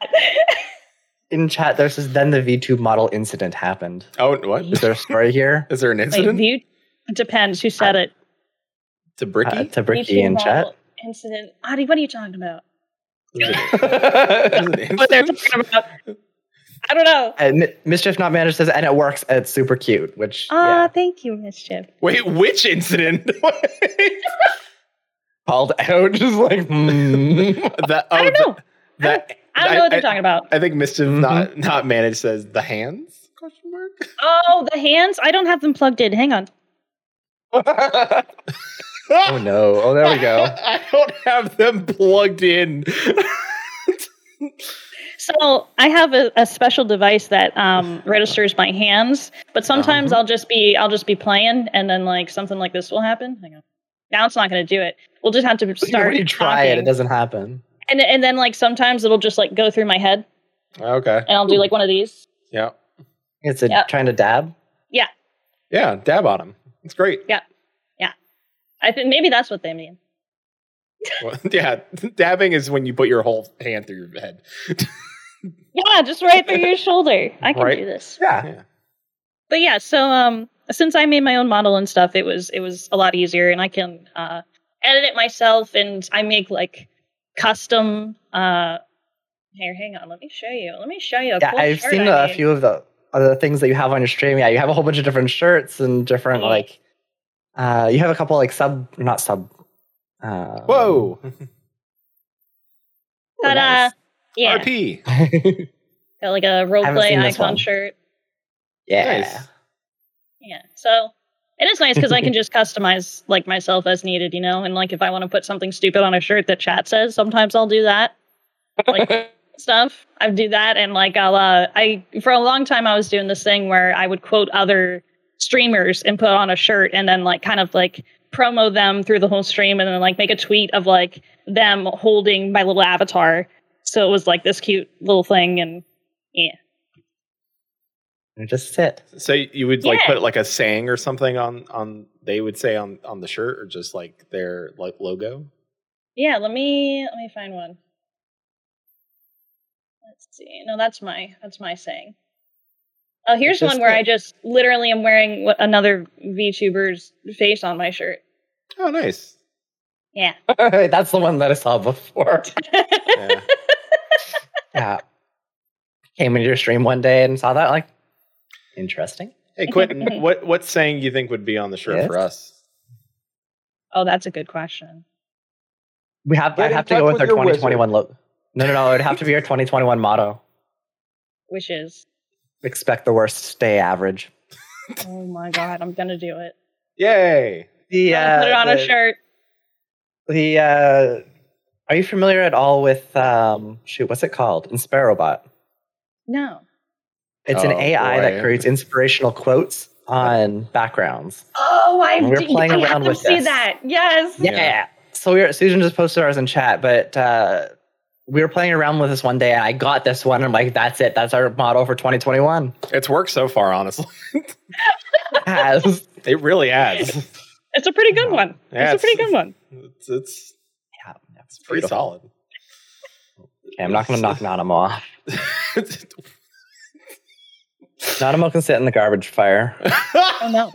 In chat, there says then the VTube model incident happened.
oh, what?
Is there a story here?
Is there an
Wait,
incident
view- it depends who said it.
to Bricky?
Uh, to Bricky
YouTube
in chat.
model Incident. Adi, what are you talking about?
Is it an
What they're
incident?
talking about? I don't know.
And Mi- Mischief Not Managed says, and it works. It's super cute, which
Ah,
yeah,
thank you, Mischief.
Wait, which incident?
called out. Just like, hmm.
that, oh,
I don't know.
That,
I don't know what they're talking about.
I think Mischief
Mm-hmm.
not not managed says the hands question mark.
Oh, the hands. I don't have them plugged in. Hang on.
oh no. Oh, there we go.
I don't have them plugged in.
So I have a, a special device that um, registers my hands, but sometimes
Uh-huh.
I'll just be I'll just be playing, and then like something like this will happen. Hang on. Now it's not going to do it. We'll just have to start.
when you try it,
talking.
it doesn't happen.
and and then like sometimes it'll just like go through my head,
okay.
and I'll do like one of these.
Yeah.
It's a,
Yep.
trying to dab.
Yeah. Dab on him. It's great.
I think maybe that's what they mean.
Well, yeah. Dabbing is when you put your whole hand through your head.
Yeah, just right through your shoulder. I can
Right.
do this.
Yeah.
But yeah, so um, since I made my own model and stuff, it was it was a lot easier, and I can uh, edit it myself, and I make like custom. Uh, here, hang on. Let me show you. Let me show you. A
Yeah,
cool
I've
shirt
seen
I
a
made.
few of the other things that you have on your stream. Yeah, you have a whole bunch of different shirts and different
Mhm.
like. Uh, you have a couple like sub, not sub. Uh,
Whoa.
But uh, yeah,
RP.
nice.
got like a
Haven't
roleplay
seen this
icon
one.
shirt.
yeah.
Nice.
Yeah. So it is nice because I can just customize like myself as needed, you know. And like if I want to put something stupid on a shirt that chat says, sometimes I'll do that. Like stuff. I do that and like I'll uh I for a long time I was doing this thing where I would quote other streamers and put on a shirt and then like kind of like promo them through the whole stream and then like make a tweet of like them holding my little avatar. So it was like this cute little thing and
You Just sit.
So you would like
Yeah.
put like a saying or something on on they would say on on the shirt or just like their like logo.
Yeah, let me let me find one. Let's see. No, that's my that's my saying. Oh, here's
Just
one where
it.
I just literally am wearing wh- another VTuber's face on my shirt.
Oh, nice.
Yeah.
That's the one that I saw before.
Yeah.
Yeah. uh, Came into your stream one day and saw that. Like, interesting.
Hey, Quentin, what what saying you think would be on the shirt
Yes.
for us?
Oh, that's a good question.
We have.
Get
I
in
have to
touch
go with
with
our
your
2021 logo. No, no, no. It would have to be our 2021 motto.
Which is,
Expect the worst, stay average.
oh my god, I'm gonna do it.
Yay!
The,
Yeah,
uh,
put it on
the,
a shirt.
The uh, are you familiar at all with um? Shoot, what's it called? Inspirobot.
No.
It's an
Oh,
AI
boy.
that creates inspirational quotes on backgrounds.
Oh, I
We're
did-
playing
I have
around
to
with
see
this.
that. Yes.
Yeah.
Yeah. So we were, Susan just posted ours in chat, but uh, we were playing around with this one day, and I got this one. And I'm like, that's it. That's our model for 2021.
It's worked so far, honestly.
Has-
It really adds.
It's a pretty good one.
Yeah,
it's a pretty good one.
It's it's,
yeah, that's
it's pretty
beautiful.
solid.
Okay, I'm not going to knock Nanamo off. Nanamo can sit in the garbage fire.
Oh no.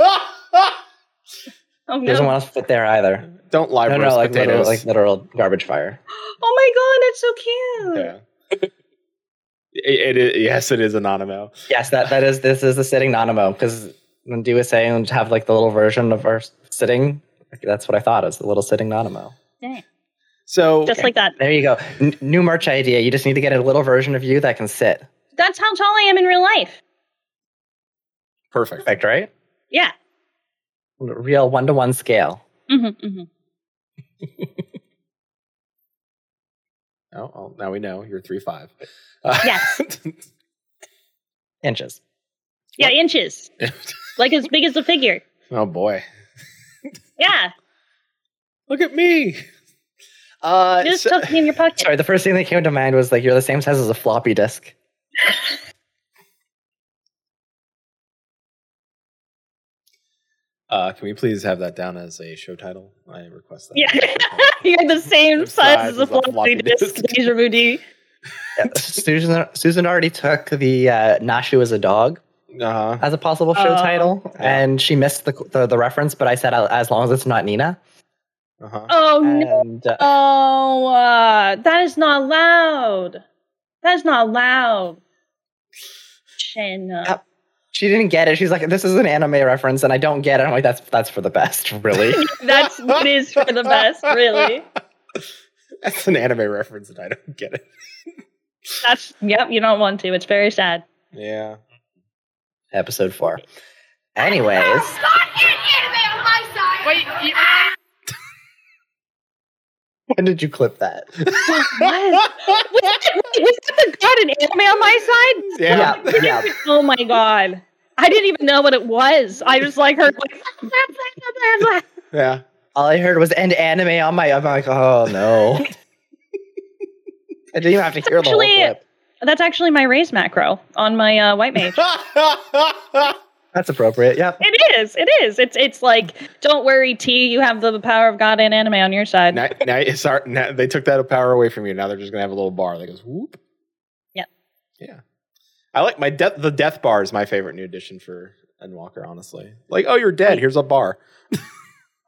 Oh
He doesn't
no.
want us to sit there either.
Don't lie,
No,
roast
no, like literal,
potatoes.
like literal garbage fire.
Oh my god, that's so cute.
yeah. It, it, is- yes, it is anonymous.
Yes, that, that is this is the sitting Nanamo because when Dee was saying to have like the little version of our sitting, that's what I thought is the little sitting Nanamo.
So
Just like that.
There you go. N- new merch idea. You just need to get a little version of you that can sit.
That's how tall I am in real life.
perfect.
Perfect, right?
Yeah.
Real one to one scale.
hmm hmm
Oh, well, now we know you're three five.
Yes.
Inches.
Yeah, inches. Like as big as the figure.
oh boy,
Yeah.
look at me. Uh,
Just
so-
tuck me in your pocket.
Sorry, the first thing that came to mind was like you're the same size as a floppy disk.
uh, can we please have that down as a show title? I request that.
Yeah. You're the same size
size
as
as
a
a floppy
floppy disk,
disk.
Deja Vu D.
Yeah, Susan Susan already took the uh, Nashu as a dog
Uh huh.
as a possible show
Oh.
title,
Yeah.
and she missed the, the the reference. But I said uh, as long as it's not Nina.
Uh huh.
Oh no.
And uh,
Oh, uh, that is not allowed. That is not allowed. Shanna.
Yep. she didn't get it. She's like, "This is an anime reference," and I don't get it. I'm like, "That's that's for the best, really."
That's it is for the best, really.
That's an anime reference, and I don't get it.
That's yep. You don't want to. It's very sad.
Yeah.
Episode four. Anyways,
Wait, you,
when did you clip that?
What? was, that, was that the god in anime on my side?
Yeah.
yeah. yeah.
Oh my god! I didn't even know what it was. I just like heard like.
Yeah.
All I heard was end anime on my. I'm like, oh no. I didn't even have to hear the
Actually-
whole clip.
That's actually my raise macro on my uh, white mage.
That's appropriate. Yep.
It is. It is. It's it's like don't worry, T. You have the power of God and anime on your side.
now, now, sorry, now they took that power away from you. Now they're just gonna have a little bar that goes whoop.
Yep.
Yeah. I like my death. The death bar is my favorite new addition for Endwalker. Honestly, like, oh, you're dead. Here's a bar.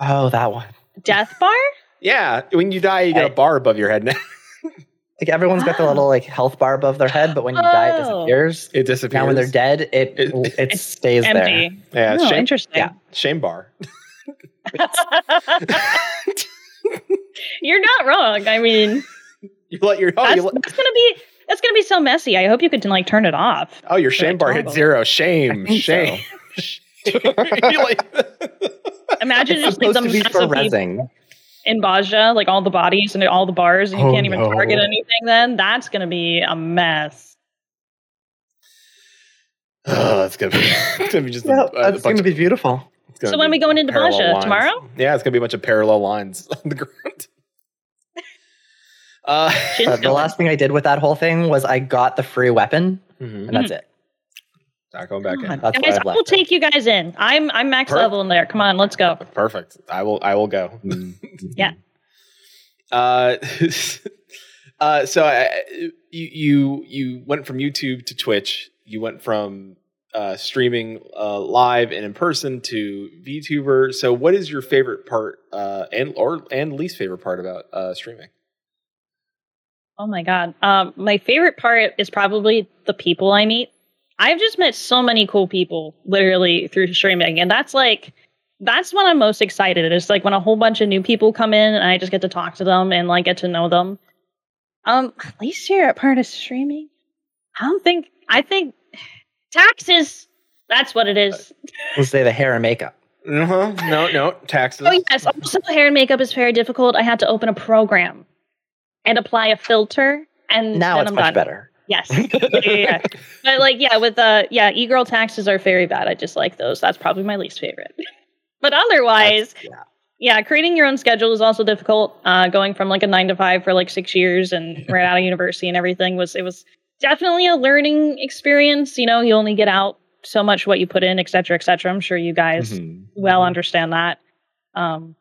Oh, that one.
Death bar?
Yeah. When you die, you get a bar above your head. Now
Like everyone's got the little like health bar above their head, but when you die, it
Oh.
disappears.
it disappears.
Now when they're dead, it
It-
it, stays there.
Empty.
Yeah.
oh,
shame,
interesting.
yeah.
shame bar.
You're not wrong. I mean,
You let your oh,
that's,
you let,
that's gonna be that's gonna be so messy. I hope you could like turn it off.
oh, your shame bar hit
toggle.
zero. Shame.
think
Shame. You like-
Imagine
It's
just like
supposed
the
to be
massive
for
people
rezzing.
in Baja, like all the bodies and all the bars, and you
Oh,
can't even
no.
target anything. Then that's gonna be a mess.
oh, that's gonna be, it's gonna be just
Well,
a, a bunch
that's going to
of
be beautiful.
It's gonna
So when
be
we going into
parallel
Basha
lines.
tomorrow?
Yeah, it's gonna be a bunch of parallel lines on the ground. Uh,
Shin's
Uh, the
going.
last thing I did with that whole thing was I got the free weapon,
mhm.
and that's
Mm-hmm.
it.
Not going back in.
That's
Guys,
what I've
I will
left.
take you guys in. I'm I'm max
Perfect.
level in there. Come on, let's go.
Perfect. I will. I will go.
Yeah.
Mm-hmm. Uh, uh, so I, you you you went from YouTube to Twitch. You went from uh, streaming uh, live and in person to VTuber. So, what is your favorite part uh, and or and least favorite part about uh, streaming?
Oh my god. Um, my favorite part is probably the people I meet. I've just met so many cool people literally through streaming, and that's like that's when I'm most excited. It's like when a whole bunch of new people come in and I just get to talk to them and like get to know them. Um, least favorite part of streaming. I don't think I think taxes. That's what it is.
We'll say the hair and makeup.
Uh-huh. No, no taxes.
Oh yes. Also, hair and makeup is very difficult. I had to open a program and apply a filter, and
Now
Mm, then
it's
I'm
much
done.
better.
Yes. Yeah, yeah, yeah. but like, yeah, with uh, yeah, e-girl taxes are very bad. I just like those. That's probably my least favorite. but otherwise,
That's- yeah.
yeah, creating your own schedule is also difficult. Uh, going from like a nine to five for like six years and right out of university and everything was it was definitely a learning experience. You know, you only get out so much what you put in, et cetera, et cetera. I'm sure you
Mm-hmm.
guys
Mhm.
well understand that. Um,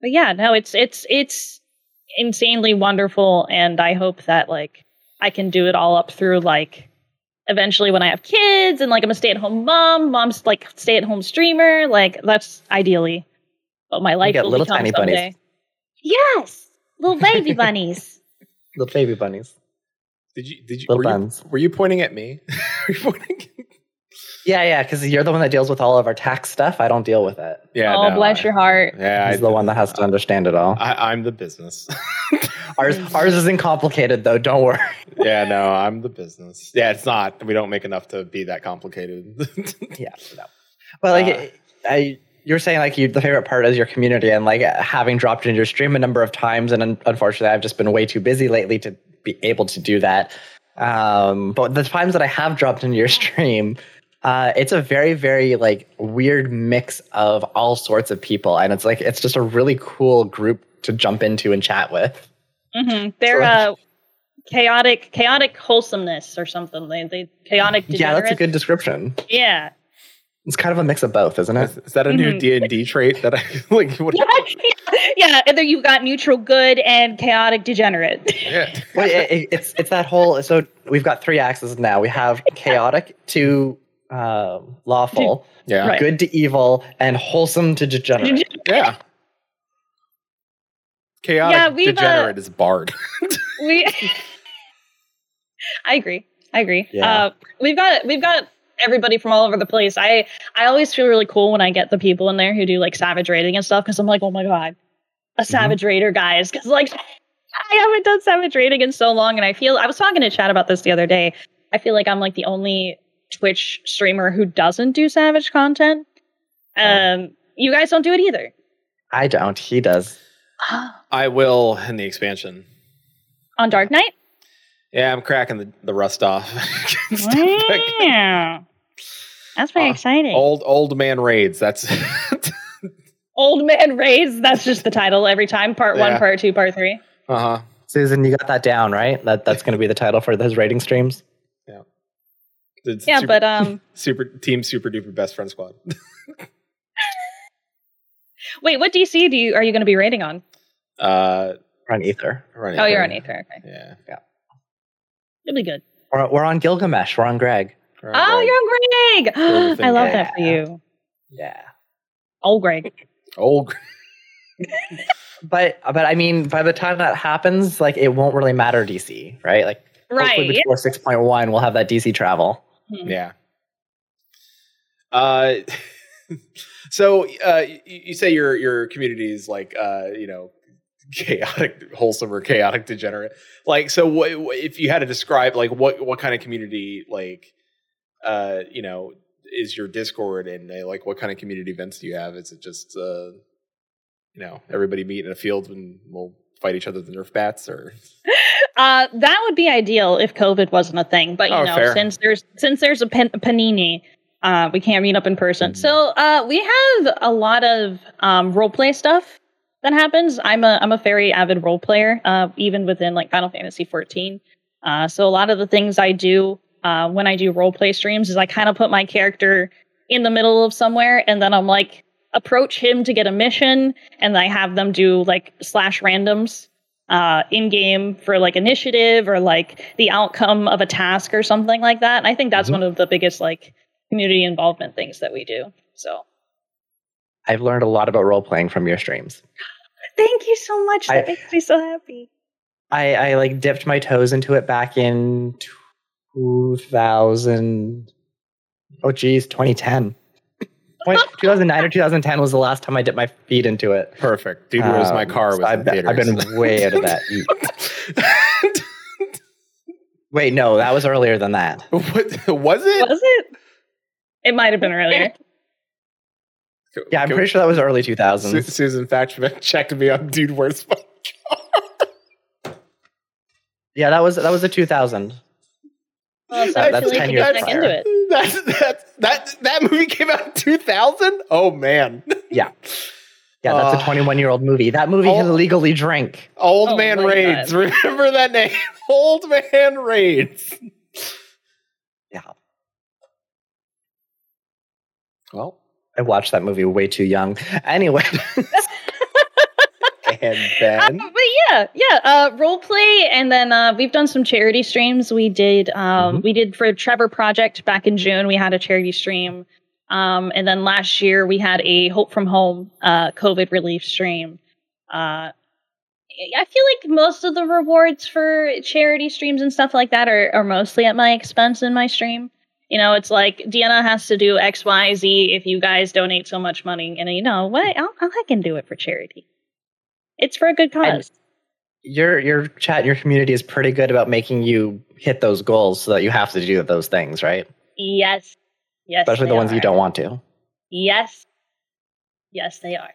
but yeah, no, it's it's it's insanely wonderful, and I hope that like I can do it all up through like eventually when I have kids and like I'm a stay at home mom, mom's like stay at home streamer, like that's ideally what my life
get
will
little
become
tiny bunnies.
someday. Yes, little baby bunnies.
Little baby bunnies.
Did you did you
Little
were, you
buns.
were you pointing at me? Were you pointing-
Yeah, yeah, because you're the one that deals with all of our tax stuff. I don't deal with it.
yeah.
oh,
no,
bless
I-
your heart.
Yeah,
He's
I,
the one that has to understand it all.
I, I'm the business.
Ours, ours isn't complicated though. Don't worry.
yeah, no, I'm the business. Yeah, it's not. We don't make enough to be that complicated.
yeah, no. But like,
Uh,
I, you were saying like you, the favorite part is your community, and like having dropped into your stream a number of times, and un- unfortunately, I've just been way too busy lately to be able to do that. Um, but the times that I have dropped into your stream, uh, it's a very, very like weird mix of all sorts of people, and it's like it's just a really cool group to jump into and chat with.
hmm They're uh, chaotic, chaotic wholesomeness or something. They they chaotic.
Yeah, that's a
degenerates.
good description.
Yeah.
It's kind of a mix of both, isn't it?
is, is that a new
Mhm.
D and D trait that I like? What,
yeah, yeah. And then you've got neutral good and chaotic degenerate.
yeah.
Well, it, it, it's it's that whole. So we've got three axes now. We have chaotic to um, lawful,
Yeah.
Right.
good to evil, and wholesome to degenerate.
Yeah. Chaotic
Yeah, we've, uh,
degenerate is barred.
we, I agree. I agree.
Yeah.
Uh, we've got we've got everybody from all over the place. I I always feel really cool when I get the people in there who do like savage raiding and stuff because I'm like, oh my god,
Mm-hmm.
a savage raider, guys, because like. I haven't done savage raiding in so long, and I feel I was talking to Chad about this the other day. I feel like I'm like the only Twitch streamer who doesn't do savage content. Um, you guys don't do it either.
I don't. He does.
I will in the expansion.
on Dark Knight.
Yeah, I'm cracking the, the rust off. Step back.
Wow. That's pretty
Uh,
exciting. Old,
old old man raids. That's
Man Rays. That's just the title every time. Part
Yeah.
one, part two, part three.
uh huh.
Susan, you got that down, right? That that's going to be the title for those rating streams.
Yeah, but um,
super team super duper best friend squad.
wait, what DC do you are you going to be rating on?
Uh,
We're on Ether.
running
Oh, you're on Aether. Okay,
Yeah.
it'll be good.
We're, we're on Gilgamesh. We're on Greg.
We're on
Oh,
Greg.
you're
Little
on Greg.
thing,
I love
Greg.
that for you.
Yeah.
Old Greg.
old. Greg.
But but I mean, by the time that happens, like it won't really matter DC, right? Like hopefully
Right. yeah.
before six point one, we'll have that DC travel.
Yeah. Uh, so uh, you, you say your your community is like uh, you know chaotic, wholesome or chaotic degenerate. Like, so what if you had to describe like what what kind of community like uh, you know is your Discord and uh, like what kind of community events do you have? Is it just uh, you know everybody meet in a field and we'll fight each other with Nerf bats or
Uh, that would be ideal if COVID wasn't a thing. But you
Oh,
know,
fair.
since there's since there's a, pan- a panini, uh, we can't meet up in person.
Mhm.
So uh, we have a lot of um, role play stuff that happens. I'm a I'm a very avid role player, uh, even within like Final Fantasy 14. Uh, so a lot of the things I do uh, when I do role play streams is I kind of put my character in the middle of somewhere, and then I'm like approach him to get a mission, and I have them do like slash randoms uh, in game for like initiative or like the outcome of a task or something like that. And I think that's
Mhm.
one of the biggest like community involvement things that we do. So
I've learned a lot about role playing from your streams.
thank you so much. That
I-
makes me so happy.
I, I like dipped my toes into it back in 2000. Oh, geez, 2010. Point- 2009 or 2010 was the last time I dipped my feet into it.
Perfect. Dude Where's My
Um,
Car
so
was
I've,
in
been-
theaters.
I've been way out of that. Wait, no, that was earlier than that.
what was it?
Was it? It might have been earlier.
Yeah, I'm
Can-
pretty sure that was early 2000s.
Su- Susan fact checked me on Dude Where's My
yeah, that was that was a 2000.
Oh, so that's
That- that's
really
10
can
years
get back
prior.
into it.
That's, that's, that that movie came out in 2000. Oh man,
Yeah, that's
Uh,
a 21 year old movie. That movie can
all-
illegally drink.
Old
Oh
Man
my
Raids. Remember that name, Old Man Raids.
Yeah.
Well,
I watched that movie way too young. Anyway,
and
Uh,
then
but yeah, yeah. Uh, role play, and then uh, we've done some charity streams. We did, um, we did for Trevor Project back in June. We had a charity stream, um, and then last year we had a Hope from Home uh, COVID relief stream. Uh, I feel like most of the rewards for charity streams and stuff like that are, are mostly at my expense in my stream. You know, it's like Deanna has to do X, Y, Z if you guys donate so much money, and you know what? I'll, I'll can do it for charity. It's for a good cause.
your your chat, your community is pretty good about making you hit those goals so that you have to do those things, right?
Yes. Yes.
Especially
they
the ones you
are.
don't want to.
Yes. Yes, they are.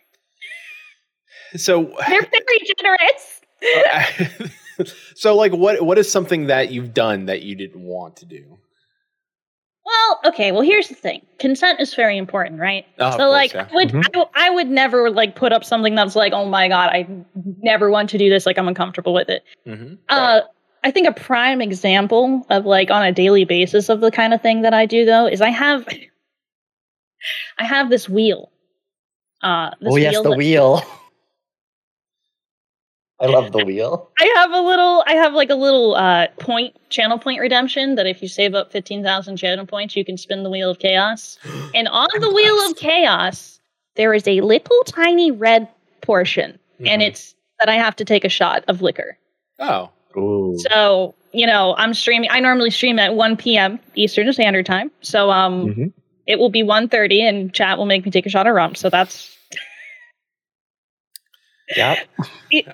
so uh,
They're very generous.
so like what what is something that you've done that you didn't want to do?
Well, okay. Well, here's the thing. Consent is very important, right?
Oh, of
so,
course,
like,
yeah.
I would I
Mm-hmm.
w- I would never like put up something that's like, oh my god, I never want to do this. Like, I'm uncomfortable with it.
Mhm.
Uh, I think a prime example of like on a daily basis of the kind of thing that I do though is I have, I have this wheel. Uh, this
Oh yes,
wheel
the
that-
wheel. I love the wheel.
I have a little. I have like a little uh, point channel point redemption that if you save up fifteen thousand channel points, you can spin the wheel of chaos. And on the wheel of chaos, there is a little tiny red portion, and
Mhm.
it's that I have to take a shot of liquor.
oh
Ooh.
So you know, I'm streaming. I normally stream at one p.m. Eastern Standard Time. So um,
Mm-hmm.
Mhm.
it will be 1.30 and chat will make me take a shot of rum. So that's
Yep.
that's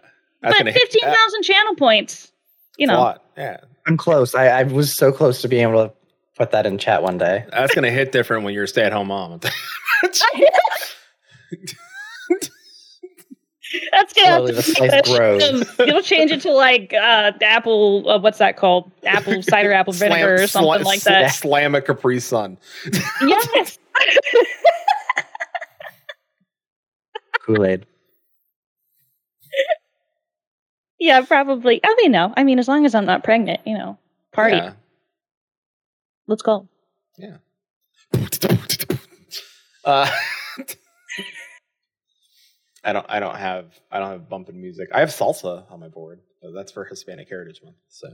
hit-
but
uh,
fifteen
that's
thousand channel points. You
a
know,
lot. yeah
I'm close. I, I was so close to being able to put that in chat one day.
that's gonna hit different when you're a stay at home mom.
That's gonna
Slowly
have to
the
be
slice grows.
system. It'll change it to like uh, apple. Uh, what's that called? Apple cider apple vinegar or something
sla-
like
sla-
that.
Slam a Capri Sun.
yes.
Kool Aid.
Yeah, probably. I mean, no. I mean, as long as I'm not pregnant, you know, party.
Yeah.
Let's go.
Uh, I don't. I don't have. I don't have bumping music. I have salsa on my board. But that's for Hispanic Heritage Month. So,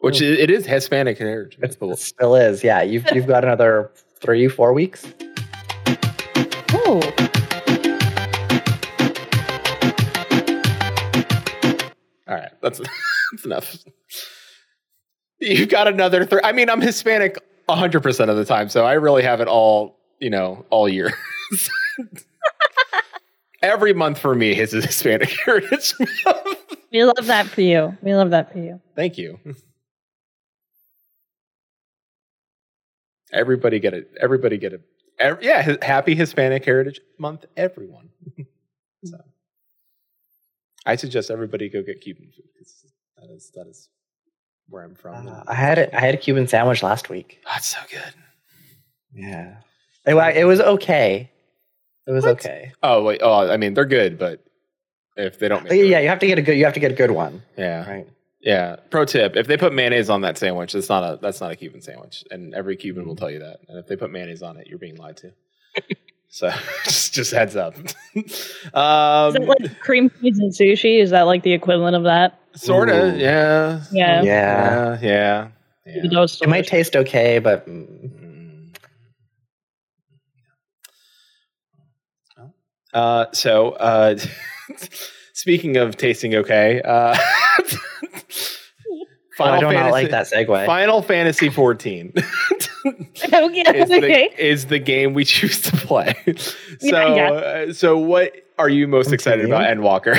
which i- it is Hispanic Heritage. Month.
It's, it still is. Yeah. You've you've got another three, four weeks.
Oh,
All right, that's that's enough. You've got another three. I mean, I'm Hispanic 100 percent of the time, so I really have it all. You know, all year. Every month for me is Hispanic Heritage Month.
we love that for you. We love that for you.
Thank you. Everybody get it. Everybody get it. Ev- yeah, hi- happy Hispanic Heritage Month, everyone. so, I suggest everybody go get Cuban food because that is that is where I'm from.
Uh, I had a, I had a Cuban sandwich last week.
That's so good.
Yeah. It, wa- it was okay. It was
What?
okay.
Oh wait. Oh, I mean they're good, but if they don't, make
But
the-
Uh, yeah, you have to get a good you have to get a good one.
yeah,
Right.
yeah. Pro tip: if they put mayonnaise on that sandwich, that's not a that's not a Cuban sandwich, and every Cuban will tell you that. And if they put mayonnaise on it, you're being lied to. so just just heads up.
Is it
um,
like cream cheese and sushi? Is that like the equivalent of that?
sort of,
Ooh.
yeah,
Yeah.
Yeah.
yeah, yeah. yeah.
Those
It might taste okay, but mm,
Mm. Uh, so, uh, speaking of tasting okay, uh,
Oh, I do
Fantasy,
not like that segue.
Final Fantasy 14
okay.
is,
okay.
the, is the game we choose to play. so,
Yeah, yeah.
uh, so what are you most excited about, Endwalker?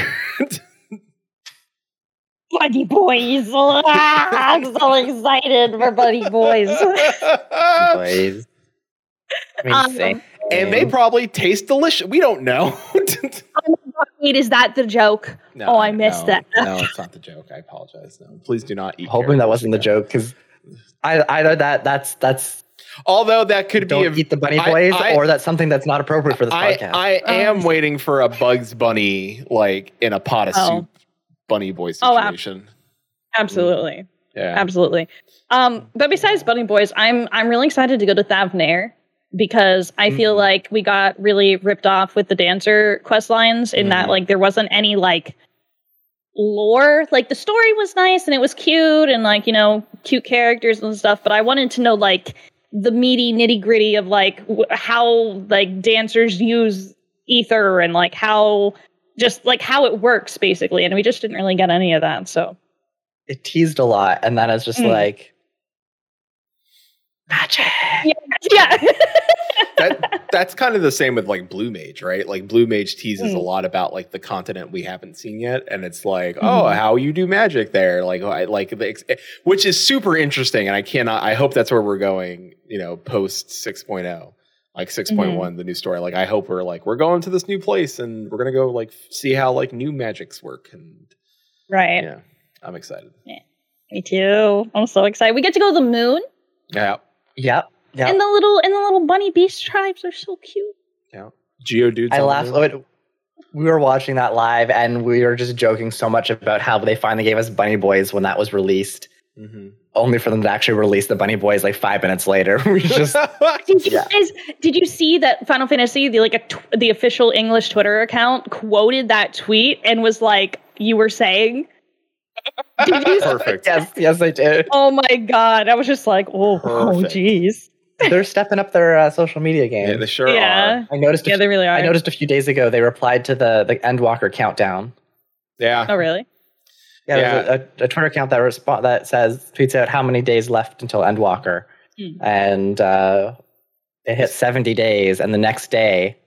Buddy Boys. Ah, I'm so excited for Buddy Boys.
Boys. I mean,
Um,
same.
and they probably taste delicious. We don't know.
Wait, is that the joke?
No,
Oh, I missed
no,
that.
No, it's not the joke. I apologize. No, please do not eat.
hoping that
carrots.
wasn't the joke because I either that that's that's
Although that could be.
don't
A,
eat the bunny
I-
boys
I-
or that's something that's not appropriate for this
I,
podcast.
I
Oh,
am waiting for a Bugs Bunny like in a pot of
Oh.
soup, Bunny Boy
Oh, ab-
situation.
Absolutely.
yeah.
Absolutely. Um, but besides Bunny Boys, I'm I'm really excited to go to Thavnair because I feel
Mhm.
like we got really ripped off with the dancer quest lines in that
Mhm.
like there wasn't any like lore. Like the story was nice and it was cute and like, you know, cute characters and stuff, but I wanted to know like the meaty nitty gritty of like w- how like dancers use ether and like how just like how it works basically and we just didn't really get any of that so
it teased a lot, and then it's just
Mm.
like magic.
yeah
that that's kind of the same with like Blue Mage, right? Like Blue Mage teases a
Mm.
lot about like the continent we haven't seen yet, and it's like, oh,
Mhm.
how you do magic there, like I, like the ex- eh, which is super interesting, and I cannot. I hope that's where we're going. You know, post six oh, Like six the new story. Like I hope we're like we're going to this new place and we're gonna go like f- see how like new magics work. And
right
yeah, I'm excited.
Me too. I'm so excited. We get to go to the moon,
Yeah,
Yep. Yep.
and the little and the little bunny beast tribes are so cute.
Geo dudes.
I laughed. when- We were watching that live, and we were just joking so much about how they finally gave us Bunny Boys when that was released,
hmm
only for them to actually release the Bunny Boys like five minutes later. we just
Did you
Yeah.
guys? Did you see that Final Fantasy the like a tw- the official English Twitter account quoted that tweet and was like, "You were saying." Did you?
perfect.
yes, yes, I did.
Oh my god! I was just like, "Oh, oh,
Perfect.
jeez."
They're stepping up their uh, social media game.
Yeah, they sure
yeah,
are.
I noticed. a
yeah, they really are.
I noticed a few days ago they replied to the the Endwalker countdown.
Yeah.
Oh, really?
Yeah, there's a, a, a Twitter account that resp- that says tweets out how many days left until Endwalker,
Hmm.
and uh, it hit 70 days, and the next day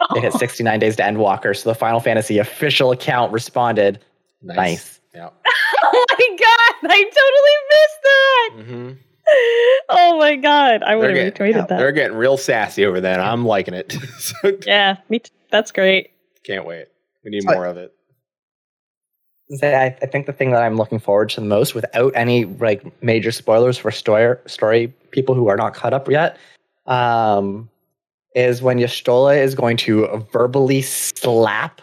it
Oh.
hit 69 days to Endwalker. So the Final Fantasy official account responded, "Nice."
Yeah.
oh my god! I totally missed that.
hmm
Oh my god! I would
They're
have
getting-
retweeted that.
They're getting real sassy over that. I'm liking it. so
Yeah, me. T- that's great.
can't wait. We need
So-
more of it.
So I, I think the thing that I'm looking forward to the most, without any like major spoilers for story story people who are not caught up yet, um, is when Yestola is going to verbally slap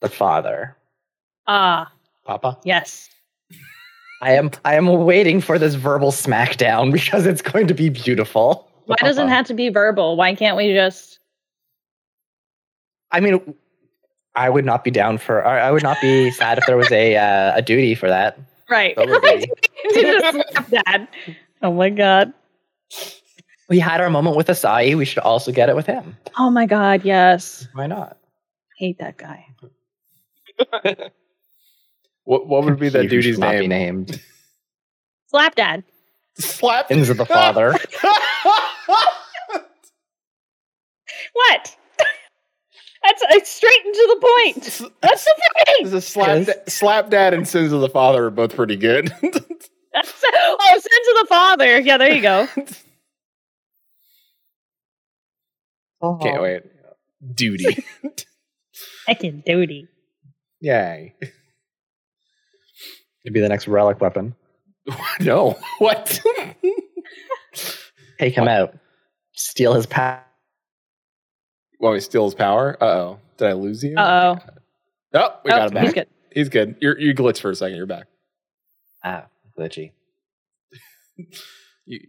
the father.
Ah,
Papa.
yes.
I am I am waiting for this verbal smackdown because it's going to be beautiful.
Why does it have to be verbal? Why can't we just?
I mean, I would not be down for. I I would not be sad if there was a uh, a duty for that.
Right.
That would be-
Just slap dad. Oh my god.
We had our moment with Asai. We should also get it with him.
Oh my god. Yes.
Why not?
Hate that guy.
What what would be that
He who
dude's
shall not be
name?
named.
Slap dad.
Slap.
Sins of the father.
What? That's it's straight into the point. That's the point.
This is slap,
Yes.
da- slap Dad and Sins of the Father are both pretty good.
That's, oh, sins of the father. Yeah, there you go.
Can't wait. Duty.
Heckin' duty.
Yay.
It'd be the next relic weapon.
No. What?
Take him out. Steal his power.
Well, he steals power. Uh oh. Did I lose you?
Uh-oh.
Oh, we got
Oh,
him
he's
back.
good.
He's good. You're, you glitched for a second. You're back.
Ah, glitchy.
You,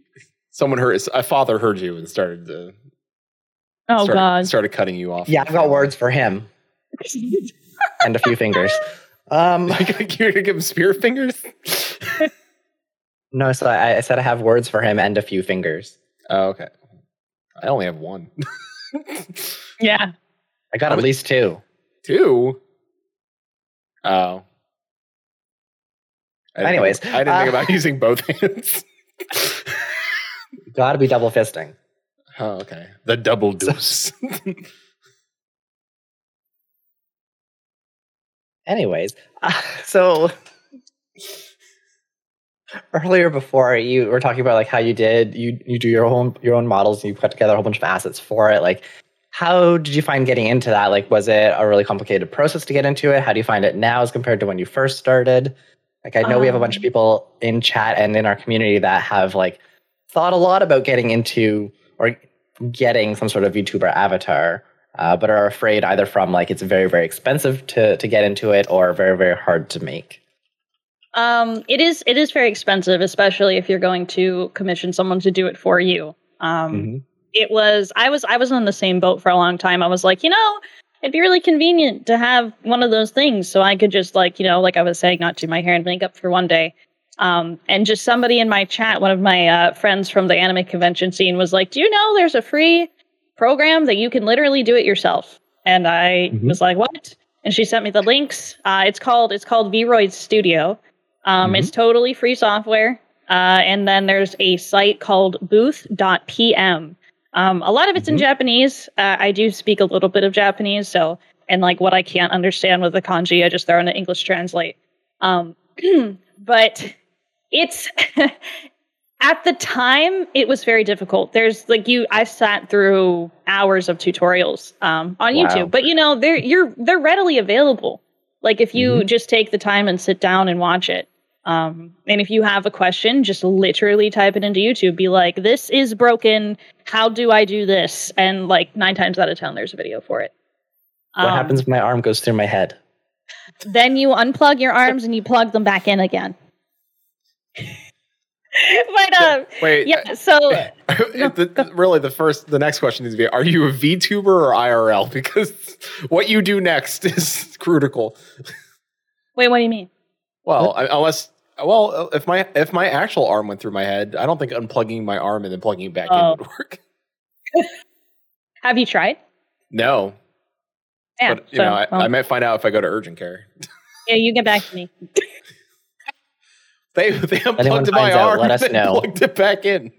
someone heard. A father heard you and started to
Oh
started,
god.
started cutting you off.
Yeah, I've got words for him and a few fingers. Um,
Like, You're gonna give him spear fingers?
no, so I, I said I have words for him and a few fingers.
oh, okay. I only have one.
yeah.
I got
How
at
many-
least two.
Two. Oh. I didn't
Anyways,
think, I didn't think
uh,
about using both hands.
Got to be double fisting.
oh, okay. The double deuce.
Anyways, uh, so earlier before you were talking about like how you did you you do your own your own models and you put together a whole bunch of assets for it. Like, how did you find getting into that? Like, was it a really complicated process to get into it? How do you find it now as compared to when you first started? Like, I know we have a bunch of
Um,
people in chat and in our community that have like thought a lot about getting into or getting some sort of VTuber avatar, uh, but are afraid either from like it's very very expensive to to get into it or very very hard to make.
Um, it is it is very expensive, especially if you're going to commission someone to do it for you. Um,
Mm-hmm.
Mm-hmm.
it was I was I was on the same boat for a long time. I was like, you know, it'd be really convenient to have one of those things so I could just like, you know, like I was saying, not do my hair and makeup for one day. Um, and just somebody in my chat, one of my uh, friends from the anime convention scene, was like, "Do you know there's a free program that you can literally do it yourself?" And I
Mhm.
was like, "What?" And she sent me the links. Uh, it's called it's called Vroid Studio. Um, It's totally free software. Uh, and then there's a site called Booth.pm, um, a lot of it's in
Mhm.
Japanese. Uh, I do speak a little bit of Japanese, so and like what I can't understand with the kanji, I just throw in an English translate. Um, but it's at the time it was very difficult. There's like you, I sat through hours of tutorials um, on
Wow.
YouTube, but you know they're you're they're readily available. Like if you just take the time and sit down and watch it. Um, and if you have a question, just literally type it into YouTube. Be like, "This is broken. How do I do this?" And like nine times out of ten, there's a video for it.
What
Um,
happens if my arm goes through my head?
Then you unplug your arms and you plug them back in again. but uh,
Wait.
yeah, so
the, really, the first, the next question is: to be, Are you a VTuber or IRL? Because what you do next is critical.
wait, what do you mean?
Well, I, unless, well, if my if my actual arm went through my head, I don't think unplugging my arm and then plugging it back
Oh.
in would work.
Have you tried?
No,
Yeah,
but you know, I,
well,
I might find out if I go to urgent care.
yeah, you get back to me.
They they unplugged my
finds out,
arm.
let us
and
know.
Plugged it back in.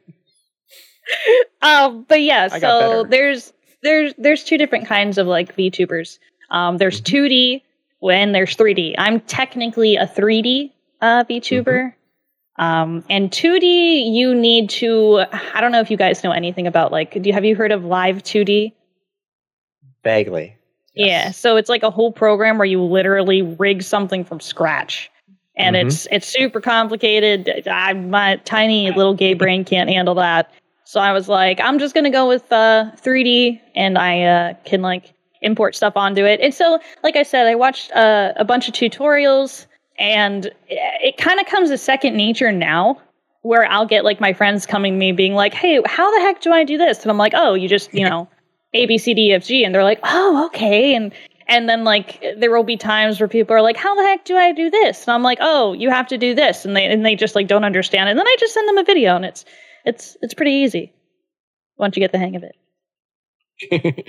um, but yeah,
I got
so
better.
there's there's there's two different kinds of like VTubers. Um, there's
Mm-hmm.
2D and there's 3D. I'm technically a 3D uh, VTuber.
Mm-hmm.
Um, and 2D, you need to. I don't know if you guys know anything about like. Do you have you heard of Live 2D?
Vaguely.
Yeah, so it's like a whole program where you literally rig something from scratch, and
Mhm.
it's it's super complicated. I, my tiny little gay brain can't handle that, so I was like, I'm just gonna go with uh, 3D, and I uh, can like import stuff onto it. And so, like I said, I watched uh, a bunch of tutorials, and it, it kind of comes as second nature now. Where I'll get like my friends coming to me being like, "Hey, how the heck do I do this?" And I'm like, "Oh, you just you know." A B C D E F G, and they're like, oh, okay, and and then like there will be times where people are like, how the heck do I do this? And I'm like, oh, you have to do this, and they and they just like don't understand, it. and then I just send them a video, and it's it's it's pretty easy once you get the hang of it.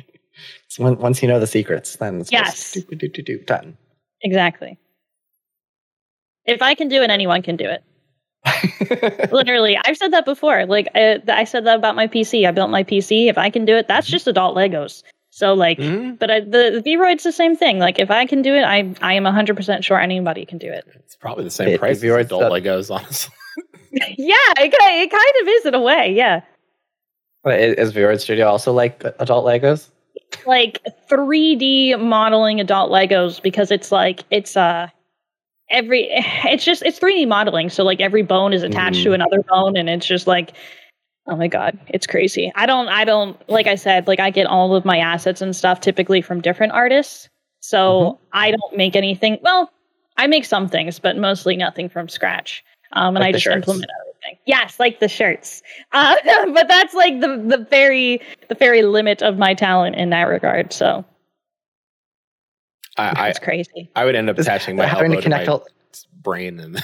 So on- once you know the secrets, then it's
Yes.
just do, do, do, do, done.
Exactly. If I can do it, anyone can do it. Literally, I've said that before. Like I, I said that about my PC. I built my PC. If I can do it, that's just adult Legos. So like.
Hmm?
But I, the the Vroid's the same thing. Like if I can do it, I I am 100% sure anybody can do it.
It's probably the same
It-
price
if
as
you're
adult
stuck-
Legos, honestly.
yeah, it, ki- it kind of is in a way. Yeah,
But is, is Vero Studio also like adult Legos?
like 3D modeling adult Legos because it's like it's uh every it's just it's 3D modeling. So like every bone is attached to another bone, and it's just like oh my god, it's crazy. I don't I don't like I said like I get all of my assets and stuff typically from different artists. So
Mm-hmm.
I don't make anything. Well, I make some things, but mostly nothing from scratch. Um, and I
Like the
just
shirts.
implement everything. Yes, like the shirts. Uh, but that's like the the very the very limit of my talent in that regard. So
I,
it's crazy.
I I would end up attaching my
Having
elbow
to
to
connect
my
all-
brain and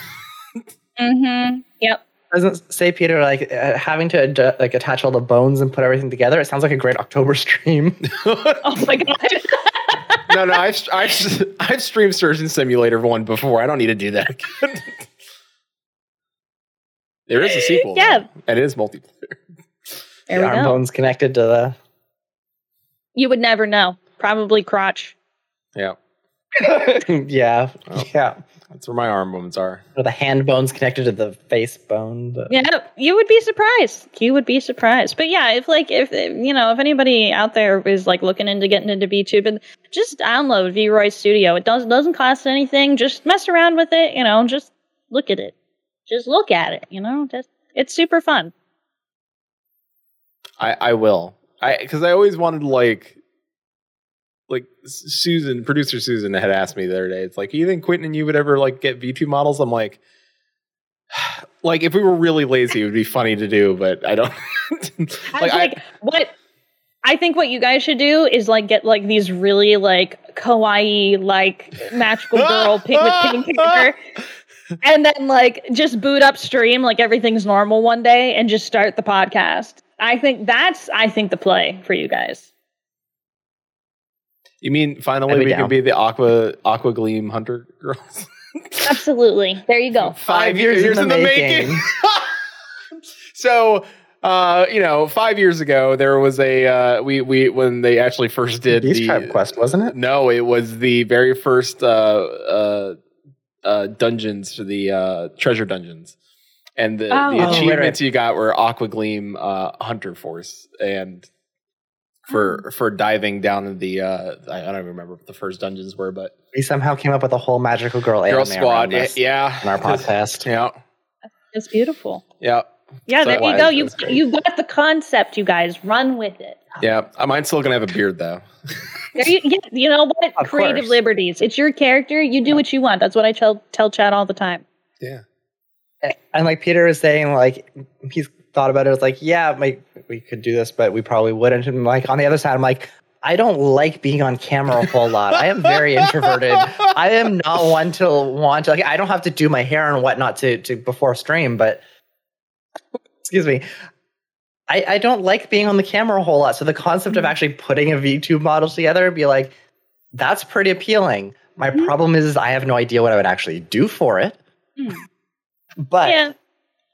Mm-hmm. Yep.
doesn't say Peter like uh, having to adju- like attach all the bones and put everything together. It sounds like a great October stream.
Oh my god.
no, no, I've, I've, I've streamed Surgeon Simulator 1 before. I don't need to do that. again. there is a sequel. though,
Yeah.
And it is multiplayer.
There
the
we
arm
go.
bones connected to the.
You would never know. Probably crotch.
Yeah.
yeah,
Oh.
yeah.
That's where my arm movements are.
Or the hand bones connected to the face bone. the-
Yeah, you would be surprised. You would be surprised. But yeah, if like if you know if anybody out there is like looking into getting into VTube, and just download VRoy Studio. It does doesn't cost anything. Just mess around with it. You know, just look at it. Just look at it. You know, just it's super fun.
I, I will. I because I always wanted like like S- Susan, producer Susan had asked me the other day. It's like, you think Quentin and you would ever like get V2 models? I'm like like if we were really lazy, it would be funny to do, but I don't
I
like,
was
I,
like what I think what you guys should do is like get like these really like kawaii like magical girl pink with pink hair, and then like just boot up stream like everything's normal one day and just start the podcast. I think that's I think the play for you guys.
you mean finally
I'd
we
be
can
down.
be the aqua aqua gleam hunter girls?
Absolutely, there you go.
Five years, in, the, making. so uh, you know, five years ago there was a uh, we we when they actually first did
Beast
the
Trap Quest, wasn't it?
No, it was the very first uh, uh, uh, dungeons for the uh, treasure dungeons, and the,
Oh. Oh,
the
right,
achievements
right.
you got were Aqua Gleam uh, Hunter Force, and for
Oh.
for diving down in the uh, I I don't even remember what the first dungeons were, but
We somehow came up with a whole magical girl,
Girl
anime
Squad,
around this
yeah,
in our podcast.
yeah,
It's beautiful.
yeah.
Yeah,
So
there
wise,
you go. You
that's great.
you got the concept, you guys. Run with it.
Yeah, Uh, mine's still gonna have a beard though.
There you, yeah, you know what?
Of
Creative
course.
liberties. It's your character. You do what you want. That's what I tell tell Chad all the time.
And like Peter was saying, like he's thought about it. It's like, yeah, like we could do this, but we probably wouldn't. And like on the other side, I'm like, I don't like being on camera a whole lot. I am very introverted. I am not one to want to. Like, I don't have to do my hair and whatnot to to before stream, but excuse me. I, I don't like being on the camera a whole lot. So the concept of actually putting a VTube model together and be like, that's pretty appealing. My
Mhm.
problem is I have no idea what I would actually do for it.
Mm.
But
yeah,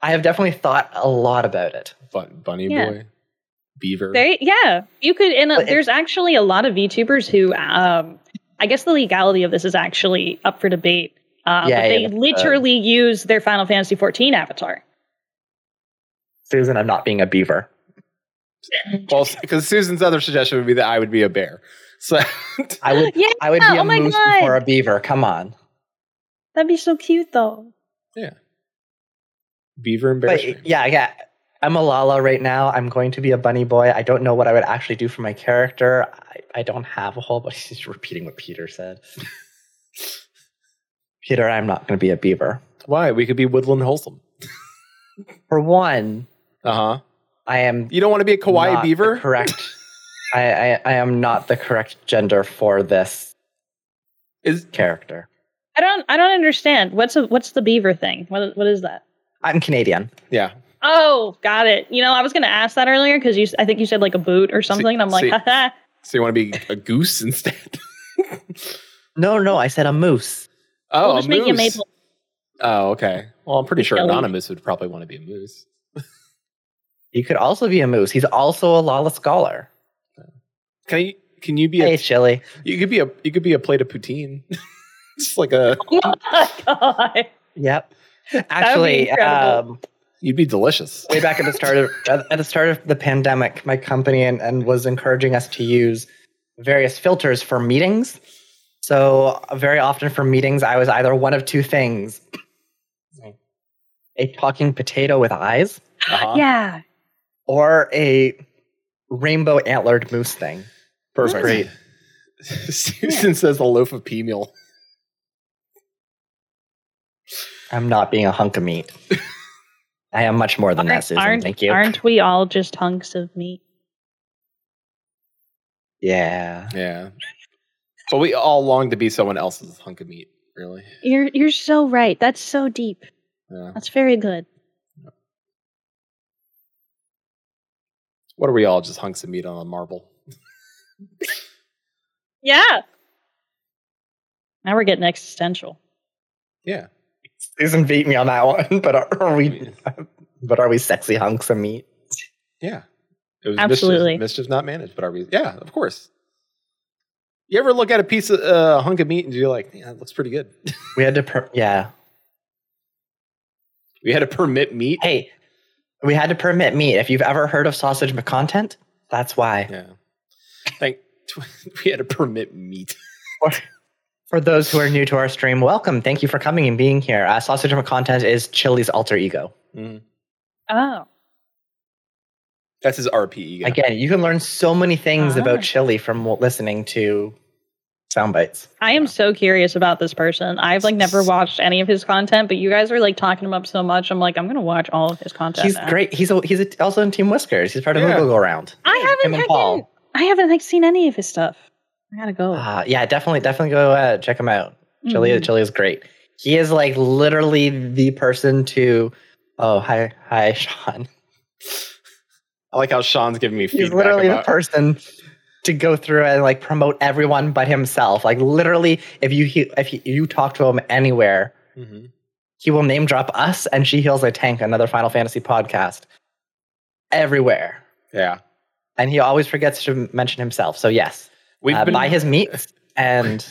I have definitely thought a lot about it.
Bun- bunny
Yeah.
boy, beaver.
they, yeah. You could. And uh,
But it-
there's actually a lot of VTubers who, um, I guess, the legality of this is actually up for debate. Uh,
Yeah,
but they
yeah, that's, uh,
literally use their Final Fantasy 14 avatar.
Susan, I'm not being a beaver.
well, because Susan's other suggestion would be that I would be a bear. So
I would
Yeah,
I would be
oh
a
my
moose
God.
before a beaver. Come on.
that'd be so cute, though.
beaver and bear.
But
string.
yeah, yeah. I'm a Lala right now. I'm going to be a bunny boy. I don't know what I would actually do for my character. I, I don't have a whole but he's repeating what Peter said. Peter, I'm not gonna be a beaver.
Why? We could be Woodland Wholesome.
For one,
Uh huh.
I am
You don't want to be a kawaii
not the
beaver?
Correct. I, I, I am not the correct gender for this
Is
character.
I don't. I don't understand. What's a, what's the beaver thing? What what is that?
I'm Canadian.
yeah.
Oh, got it. You know, I was going to ask that earlier because you. s- I think you said like a boot or something. and I'm like,
see-
haha.
So you want to be a goose instead?
No, no, I said a moose.
oh,
We'll
a
just make you a
moose.
maple.
Oh, okay. Well, I'm pretty sure
Yellow.
Anonymous would probably want to be a moose.
He could also be a moose. He's also a Lala scholar.
Can you? Can you be
Hey,
a?
Chili.
You could be a. You could be a plate of poutine. Just like a.
Oh my
Yep. Actually,
incredible.
um,
You'd be delicious.
way back at the start of at at the start of the pandemic, my company and, and was encouraging us to use various filters for meetings. So uh, very often for meetings, I was either one of two things: a talking potato with eyes,
Uh-huh.
god. Yeah.
or a rainbow antlered moose thing.
Perfect.
Great.
Susan says a loaf of pea meal.
I'm not being a hunk of meat. I am much more than that, Susan.
aren't,
Thank you.
aren't we all just hunks of meat?
Yeah.
Yeah. But we all long to be someone else's hunk of meat. Really.
You're you're so right. That's so deep.
Yeah.
That's very good.
What are we all just hunks of meat on a marble?
Yeah. Now we're getting existential.
Yeah.
Susan beat me on that one, but are, are we?
mean-
But are we sexy hunks of meat?
Yeah. It was
Absolutely.
Mischief, mischief not managed, but are we? Yeah, of course. You ever look at a piece of uh, a hunk of meat and you're like, yeah, that looks pretty good.
We had to, per- yeah.
we had to permit meat.
Hey, we had to permit meat. If you've ever heard of sausage content, that's why.
Yeah. Thank. we had to permit meat.
For those who are new to our stream, welcome. Thank you for coming and being here. Uh, sausage content is Chili's alter ego.
Mhm.
Oh.
That's his RPE. guy.
Again, you can learn so many things
Ah.
about chili from w- listening to sound bites.
I am so curious about this person. I've like never watched any of his content, but you guys are like talking him up so much. I'm like, I'm gonna watch all of his content.
He's
now.
great. He's a, he's a, also in Team Whiskers. He's part of
Yeah.
Google Go Round.
I
Him
haven't
and
heckin-
Paul.
I haven't like seen any of his stuff. I gotta go.
Ah,
Uh, yeah, definitely, definitely go uh, check him out. Chili,
Mhm.
Chili is great. He is like literally the person to. Oh, hi, hi, Sean.
I like how Sean's giving me feedback.
He's literally the
about,
person to go through and like promote everyone but himself. Like literally, if you he- if he, you talk to him anywhere,
Mhm.
he will name drop us and she heals a tank, another Final Fantasy podcast, everywhere.
Yeah.
And he always forgets to mention himself. So yes,
We've
uh,
been
buy his meats and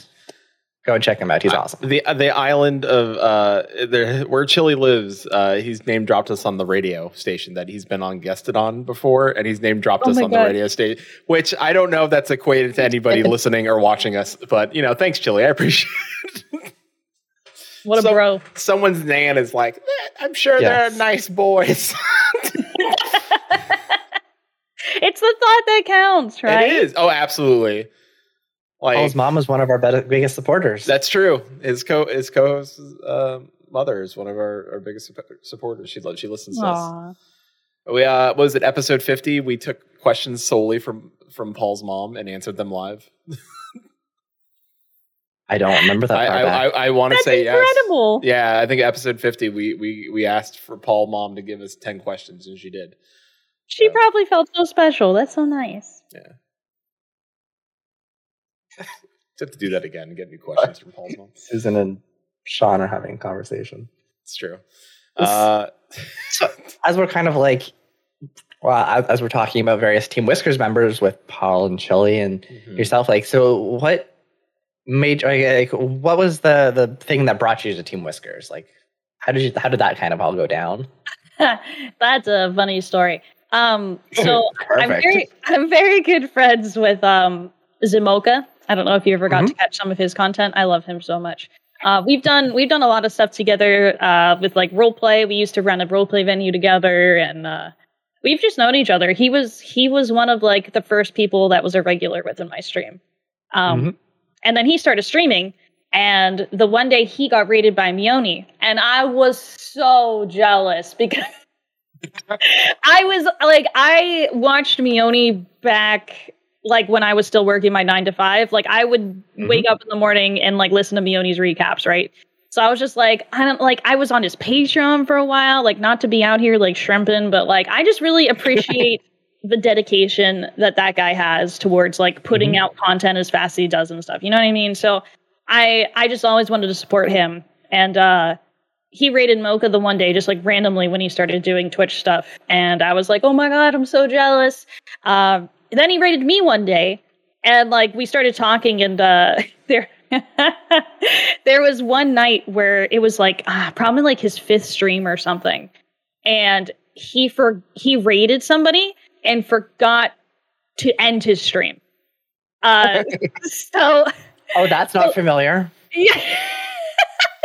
go and check him out. He's awesome.
the the island of uh there where Chili lives. Uh, he's name dropped us on the radio station that he's been on guested on before, and he's name dropped
Oh
us
my
on the
God.
radio station. Which I don't know if that's equated to anybody listening or watching us, but you know, thanks, Chili. I appreciate.
what a
so-
bro.
Someone's nan is like, "Eh, I'm sure
Yes.
they're nice boys.
It's the thought that counts, right?
It is. Oh, absolutely. Like
Paul's mom was one of our bet- biggest supporters.
That's true. His co his co-host's uh, mother is one of our, our biggest sup- supporters. She lo- she listens to us.
Aw.
We uh, what was it episode fifty? We took questions solely from from Paul's mom and answered them live.
I don't remember that
I
far
I,
back.
I, I want to
That's
say yes.
incredible.
Yeah, I think episode fifty we we we asked for Paul mom to give us ten questions and she did.
She
Yeah.
probably felt so special. That's so nice.
Just have to do that again and get new questions from Paul's mom.
Susan and Sean are having a conversation.
It's true. Uh,
as we're kind of like well as- as we're talking about various team whiskers members with paul and chili and
mhm.
yourself like so what made like like, what was the the thing that brought you to team whiskers like how did you how did that kind of all go down
That's a funny story. Um, so I'm
perfect
very, I'm very good friends with um, Zimoka. I don't know if you ever got to catch some of his content. I love him so much. Uh, we've done we've done a lot of stuff together uh, with like role play. We used to run a role play venue together, and uh, we've just known each other. He was he was one of like the first people that was a regular within my stream. Um,
Mhm.
And then he started streaming, and the one day he got raided by Mione, and I was so jealous because I was like, I watched Mione back like when I was still working my nine to five. Like I would wake up in the morning and like listen to Mione's recaps, right? So I was just like, I don't like I was on his Patreon for a while, like not to be out here like shrimping, but like I just really appreciate the dedication that that guy has towards like putting out content as fast as he does and stuff. You know what I mean? So I I just always wanted to support him and uh he raided Mocha the one day just like randomly when he started doing Twitch stuff and I was like, "Oh my god, I'm so jealous." Um then he raided me one day and like we started talking and uh there there was one night where it was like ah, probably like his fifth stream or something and he for he raided somebody and forgot to end his stream uh so
oh that's not familiar
yeah.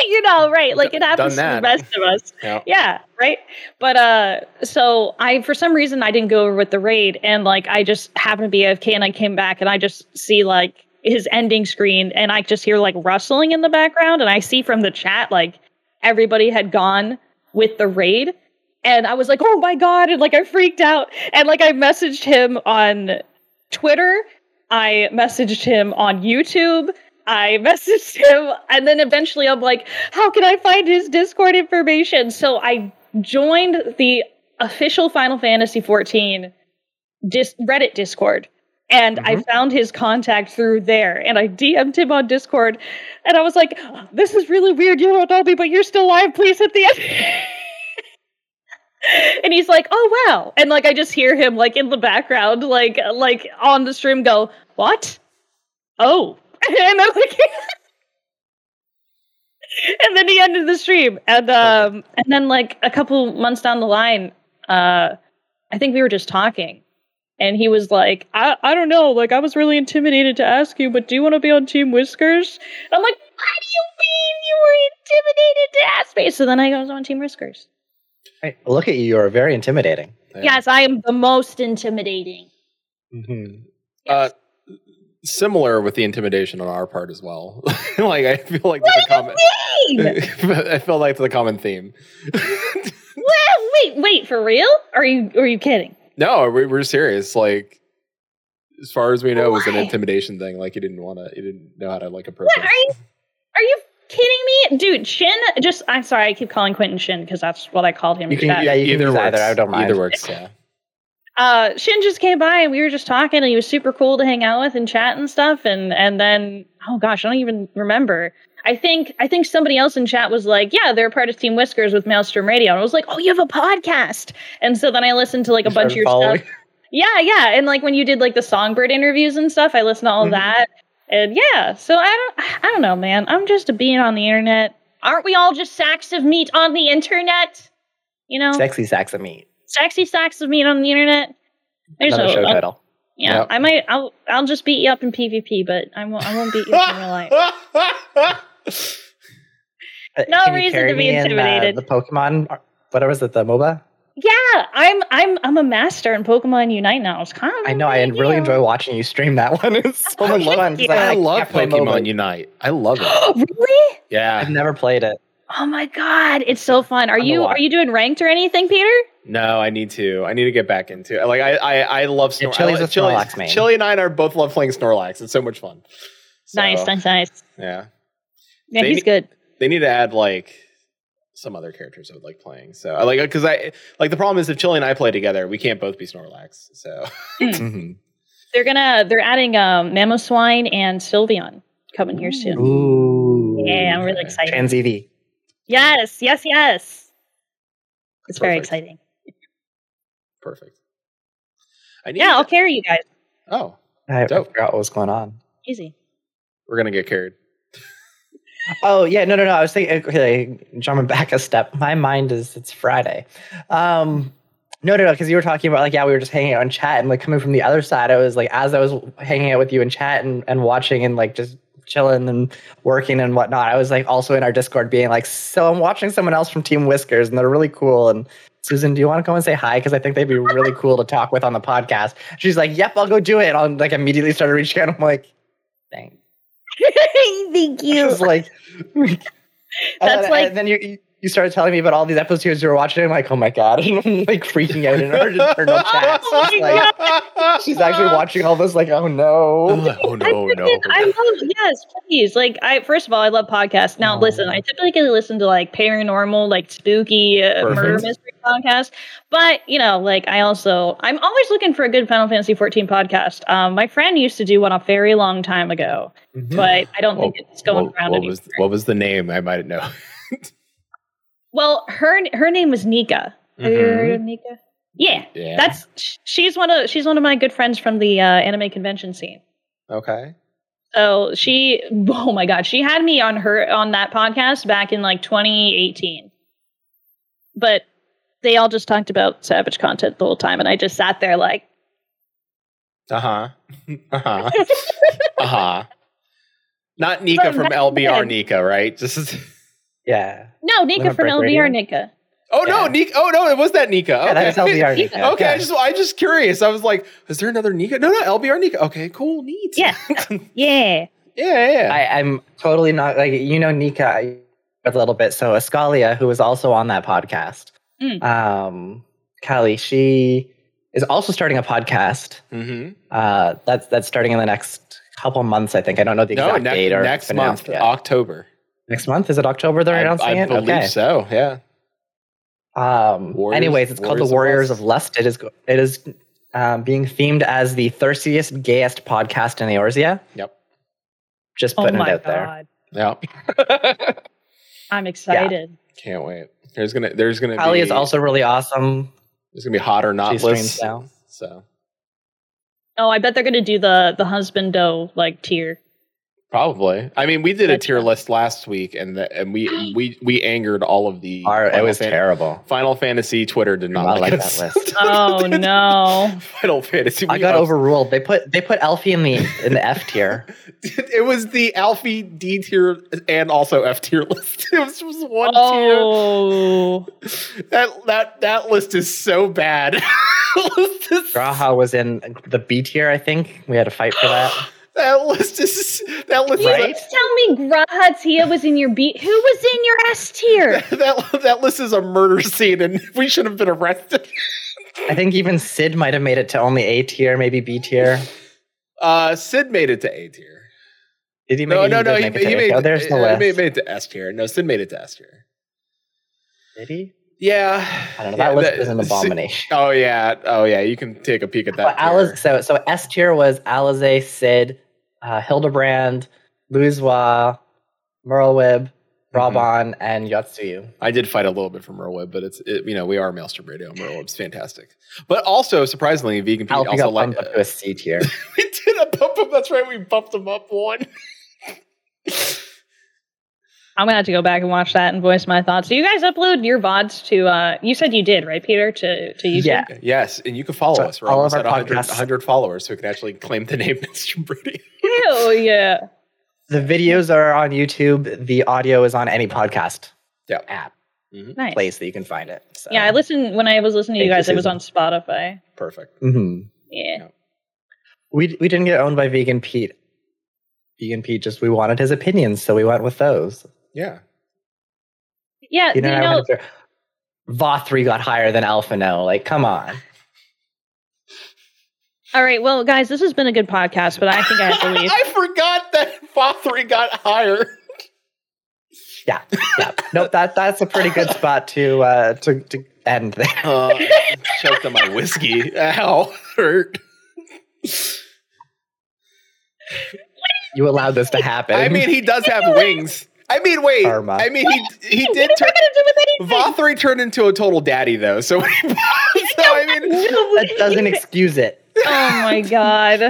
you know, right. Like it
Done
happens to the
that.
rest of us.
Yeah.
Yeah, right. But uh so I for some reason I didn't go over with the raid and like I just happened to be AFK and I came back and I just see like his ending screen and I just hear like rustling in the background and I see from the chat like everybody had gone with the raid and I was like, "Oh my god!" and like I freaked out and like I messaged him on Twitter, I messaged him on YouTube, I messaged him, and then eventually I'm like, "How can I find his Discord information?" So I joined the official Final Fantasy 14 dis- Reddit Discord. And I found his contact through there, and I DM'd him on Discord, and I was like, "This is really weird. You don't know me, but you're still live. Please hit the end." and he's like, "Oh wow!" And like, I just hear him like in the background, like like on the stream, go, "What? Oh!" and I'm like, and then he ended the stream, and um, and then like a couple months down the line, uh, I think we were just talking. And he was like, I, I don't know, like I was really intimidated to ask you, but do you want to be on Team Whiskers? And I'm like, What do you mean you were intimidated to ask me? So then I goes on Team Whiskers.
Hey, look at you. You're very intimidating.
Yes, I am the most intimidating.
Uh, similar with the intimidation on our part as well. like I feel like there's a common.
Wait,
I feel like the common theme.
wait, wait, for real? Are you are you kidding?
No, we, we're serious. Like, as far as we know, it was an
Why?
intimidation thing. Like, you didn't want to, you didn't know how to like approach
What
it.
are you are you kidding me? Dude, Shin just I'm sorry, I keep calling Quentin Shin because that's what I called him.
You
in
can-
chat.
yeah, you can use either, I don't mind.
Either works. Yeah.
uh, Shin just came by and we were just talking and he was super cool to hang out with and chat and stuff and and then oh gosh I don't even remember I think I think somebody else in chat was like yeah they're part of Team Whiskers with Maelstrom Radio and I was like oh you have a podcast and so then I listened to like a bunch of your
Following-
stuff yeah yeah and like when you did like the songbird interviews and stuff I listened to all
Mhm.
that and yeah so I don't I don't know man I'm just a being on the internet aren't we all just sacks of meat on the internet you know
Sexy sacks of meat.
sexy sacks of meat on the internet. There's
Another
no,
show
uh,
title.
yeah,
Yep.
I might. I'll. I'll just beat you up in PvP, but I won't. I won't beat you up in real life.
Uh,
no
can you
reason
carry
to be
me in, uh,
intimidated.
the Pokemon, whatever was it, the MOBA?
Yeah, I'm. I'm. I'm a master in Pokemon Unite now. It's kind of.
I know. I
amazing.
really enjoy watching you stream that one. It's so much
Thank
fun.
you.
'cause
I
can't
love
play
Pokemon
MOBA.
Unite. I love it.
really?
I've
Yeah.
never played it.
Oh my god, it's so fun. Are
I'm a
you?
lot.
Are you doing ranked or anything, Peter?
No, I need to. I need to get back into it. Like I, I, I love
Yeah,
Snorlax.
Chili's
I
with
Chili,
Snorlax, man.
Chili and I are both love playing Snorlax. It's so much fun. So,
Nice, nice, nice.
Yeah.
Yeah,
They
he's
need-
good.
they need to add like some other characters I would like playing. So I like because I like the problem is if Chili and I play together, we can't both be Snorlax. So Mm-hmm.
They're gonna. They're adding um, Mamoswine and Sylveon coming here soon.
Ooh.
Yeah, I'm really
okay.
excited.
Trans E EV.
Yes, yes, yes. It's very
Perfect.
exciting.
perfect. I need
Yeah, I'll
to-
carry you guys.
oh,
I, I
Dope.
forgot what was going on.
Easy.
we're gonna get carried.
Oh yeah, no, no, no. I was thinking. Okay, jumping back a step. My mind is it's Friday. Um, no, no, no. Because you were talking about like yeah, we were just hanging out in chat and like coming from the other side. I was like, as I was hanging out with you in chat and and watching and like just chilling and working and whatnot. I was like also in our Discord being like, so I'm watching someone else from Team Whiskers and they're really cool. And Susan, do you want to come and say hi? Because I think they'd be really cool to talk with on the podcast. She's like, yep, I'll go do it. And I like immediately started reaching out. I'm like, thanks.
Thank
It was like, and
That's
then,
like-
and then you- you you started telling me about all these episodes you were watching. I'm like, oh my god, and I'm like freaking out in order to turn on chat.
Oh my
Like, she's actually watching all this. Like, oh no.
oh no, no.
I love yes, please. Like I first of all, I love podcasts. Now
Oh.
listen, I typically listen to like paranormal, like spooky uh,
Perfect.
murder mystery podcasts. But you know, like I also I'm always looking for a good Final Fantasy 14 podcast. Um, my friend used to do one a very long time ago,
mm-hmm.
but I don't think it's going
what,
around
what
anymore.
was what was the name? I might know.
well, her her name was Nika.
Mm-hmm.
Have you ever heard of Nika? Yeah,
Yeah.
Mm-hmm. that's sh- she's one of she's one of my good friends from the uh, anime convention scene.
okay.
So she, oh my god, she had me on her on that podcast back in like 2018. But they all just talked about savage content the whole time, and I just sat there like,
Uh huh. Uh huh. uh huh. Not Nika
From
from
back
LBR
then.
Nika, right? This is.
Yeah.
"No, Nika
Limit
from
Break
LBR,
Radio?
Nika."
Oh no,
Yeah.
Nika. Oh no, it was that Nika.
Yeah, that is
okay.
LDR. Nika.
Okay,
Yeah.
I just I just curious. I was like, is there another Nika? No, no, LBR Nika. Okay, cool, neat.
Yeah.
yeah,
Yeah,
yeah, yeah.
I, I'm totally not like you know Nika I- a little bit. So Ascalia, who was also on that podcast,
Mm.
um, Callie, she is also starting a podcast.
mm-hmm.
Uh, that's that's starting in the next couple months, I think. I don't know the
No,
exact
ne-
date or if
next
it's been announced
month,
yet.
October.
next month is it October? They're
I,
announcing
I
it.
believe
okay.
so. Yeah.
Um,
Warriors-
anyways, it's called the
Warriors of
Warriors
Lust.
of Lust. It is. go- It is um, being themed as the thirstiest, gayest podcast in Eorzea.
Yep.
Just
Oh
putting
my
it out
god.
there.
Yep.
I'm excited.
Can't wait. There's gonna there's gonna
Ali
be
is also really awesome.
there's gonna be hot or not
She streams
lists.
now.
So
Oh, I bet they're gonna do the the husbando like tier.
probably. I mean, we did a
That's
tier
fun.
list last week, and the, and we we we angered all of the
Our- it
Final
was
Fan-
terrible.
Final Fantasy Twitter did not
Not
like
like
us.
that list.
Oh no.
Final Fantasy.
I
we
got
ups-
overruled. They put they put Elfie in the in the F tier.
It was the Alfie D tier and also F tier list. It was just one
Oh
tier. That that that list is so bad. That list is-
Graha was in the B tier, I think. We had a fight for that.
that list is that list
You
right?
didn't tell me Graha Tia was in your B who was in your S tier?
that that list is a murder scene, and we should have been arrested.
I think even Sid might have made it to only A tier, maybe B tier.
Uh, Sid made it to A tier.
Did he make
No,
it?
no, no.
did
He,
make it
he
to A
made
tier. Oh, there's the
uh,
list.
He made, made it to S tier. No, Sid made it to S tier.
Did he?
Yeah,
I don't know.
Yeah,
That list is an
Sid-
abomination.
Oh yeah, oh yeah. You can take a peek at that.
But
tier.
Aliz- so so S tier was Alize, Sid, uh, Hildebrand, Luzwa, Merlwib, Raban, and Yotsuyu.
I did fight a little bit for Merwib, but it's it, you know we are Maelstrom Radio. Merwib's fantastic, but also surprisingly, Vegan Pete
Alfie
also
got
like
bumped up to a C tier.
we did a bump up. That's right, we bumped him up one.
I'm gonna have to go back and watch that and voice my thoughts. Do you guys upload your VODs to uh you said you did, right, Peter? To to YouTube?
yeah,
Yes, and you can follow
So
us. We're
all
almost
of
at
our
100,
podcasts-
100 followers, so we can actually claim the name Maelstrom Radio.
Ew, yeah.
the videos are on YouTube. The audio is on any podcast
Yeah.
app
Nice.
place that you can find it. So.
Yeah, I listened when I was listening to you
uh, Thank you,
guys, it was on Spotify.
Perfect.
hmm
Yeah.
We we didn't get owned by Vegan Pete. Vegan Pete just we wanted his opinions, so we went with those.
Yeah.
Yeah,
You know,
you
I
know
went through- Voth3 got higher than Alphano. Like, come on.
all right, well guys, this has been a good podcast, but I think I have to leave.
I forgot that Fothery got higher.
Yeah, yeah. nope. That that's a pretty good spot to uh, to to end there.
Uh, choked on my whiskey. Ow, hurt.
You allowed this to happen.
I mean, he does have wings. I mean, wait.
Karma.
I mean, he he did
What am
turn.
I gonna do with anything?
Vothery turned into a total daddy, though. So, so I mean,
that doesn't excuse it.
Oh my god.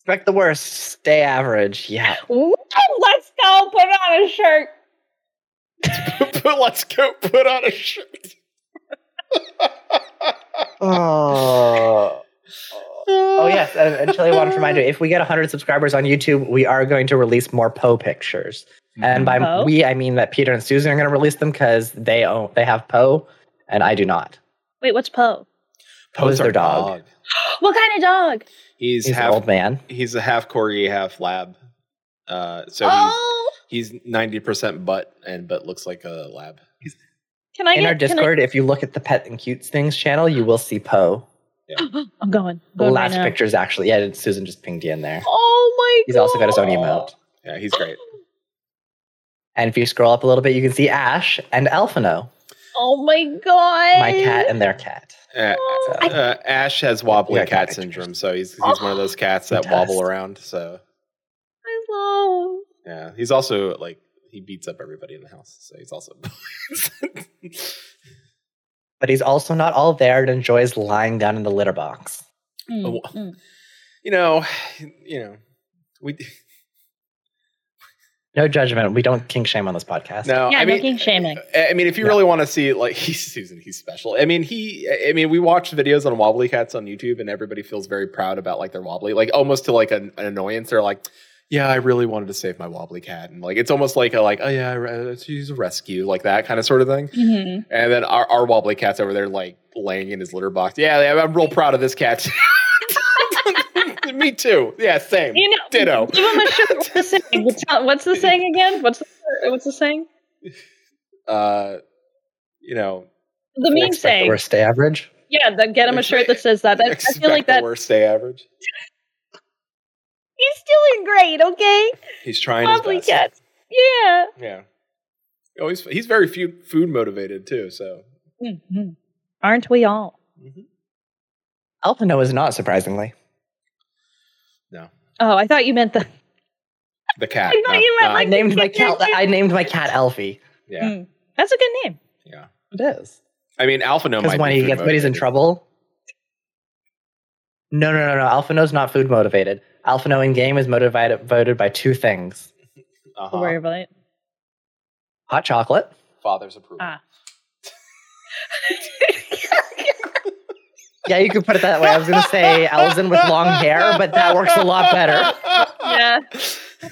Expect the worst. Stay average. Yeah.
Woo, Let's go put on a shirt.
but let's go put on a shirt.
Oh. Oh yes, and, and Chili wanted to remind you: if we get 100 subscribers on YouTube, we are going to release more Poe pictures. And by
Poe?
we, I mean that Peter and Susan are going to release them because they own they have Poe, and I do not.
Wait, what's Poe?
Poe's
Poe's their
Oh, our
dog.
What kind of dog?
He's,
He's
half.
an old man.
He's a half corgi, half lab. Uh, so
oh,
he's he's ninety percent butt and but looks like a lab.
can I
In
get
our
can I-
Discord, if you look at the Pet and Cutes Things channel, you will see Poe.
I'm going. I'm
The
going
last
right now.
picture is actually yeah. Susan just pinged you in there.
Oh my
He's also got his own
God.
emote.
Yeah, he's great.
And if you scroll up a little bit, you can see Ash and Alphino,
Oh my god.
my cat and their cat.
Uh,
Oh,
I-
uh, Ash has wobbly
Yeah,
cat
cat
syndrome, so he's he's one of those cats that
He does.
wobble around. So
I love.
yeah, he's also like he beats up everybody in the house. So he's also
But he's also not all there and enjoys lying down in the litter box.
Mm,
Oh, wha-
mm.
you know you know we
No judgment. We don't kink shame on this podcast.
no
yeah,
uh, I
no
mean
king shaming.
I I mean, if you
No.
really want to see, like, he's Susan, he's special. I mean, he, I mean, we watched videos on wobbly cats on YouTube, and everybody feels very proud about like their wobbly, like almost to like an, an annoyance. They're like, "Yeah, I really wanted to save my wobbly cat," and like it's almost like a like, "Oh yeah, I re- she's a rescue," like that kind of sort of thing.
Mhm.
And then our, our wobbly cat's over there, like laying in his litter box. Yeah, yeah, I'm real proud of this cat. Me too. Yeah, same.
You know,
Ditto.
give him a shirt. What's the saying? What's, uh, what's the saying again? What's the, what's the saying?
Uh, you know,
The
We
meme
expect the
saying.
worst day average.
Yeah, the, get him a shirt that says that. that I
expect
feel like that.
the worst day average.
He's doing great, okay?
He's trying
Probably
his best.
cats. Yeah.
Oh, Yeah. Always, he's very few, food motivated too. So
Mm-hmm. Aren't we all?
Mhm.
Alpino is not surprisingly.
Oh, I thought you meant the.
The cat.
I thought you meant,
I
like-
named my cat. I named my cat Alfie.
yeah,
Mm. That's a good name.
yeah.
It is
I mean, Alpha No
because
might
when
be
he
food
gets when he's in
motivated.
trouble. No, no, no, no. Alphino's not food motivated. Alphino in game is motivated voted by two things:
Don't worry
Uh-huh.
about it.
hot chocolate
Father's approval.
Ah.
Yeah, you could put it that way. I was going to say Elzen with long hair, but that works a lot better.
Ah. Yeah.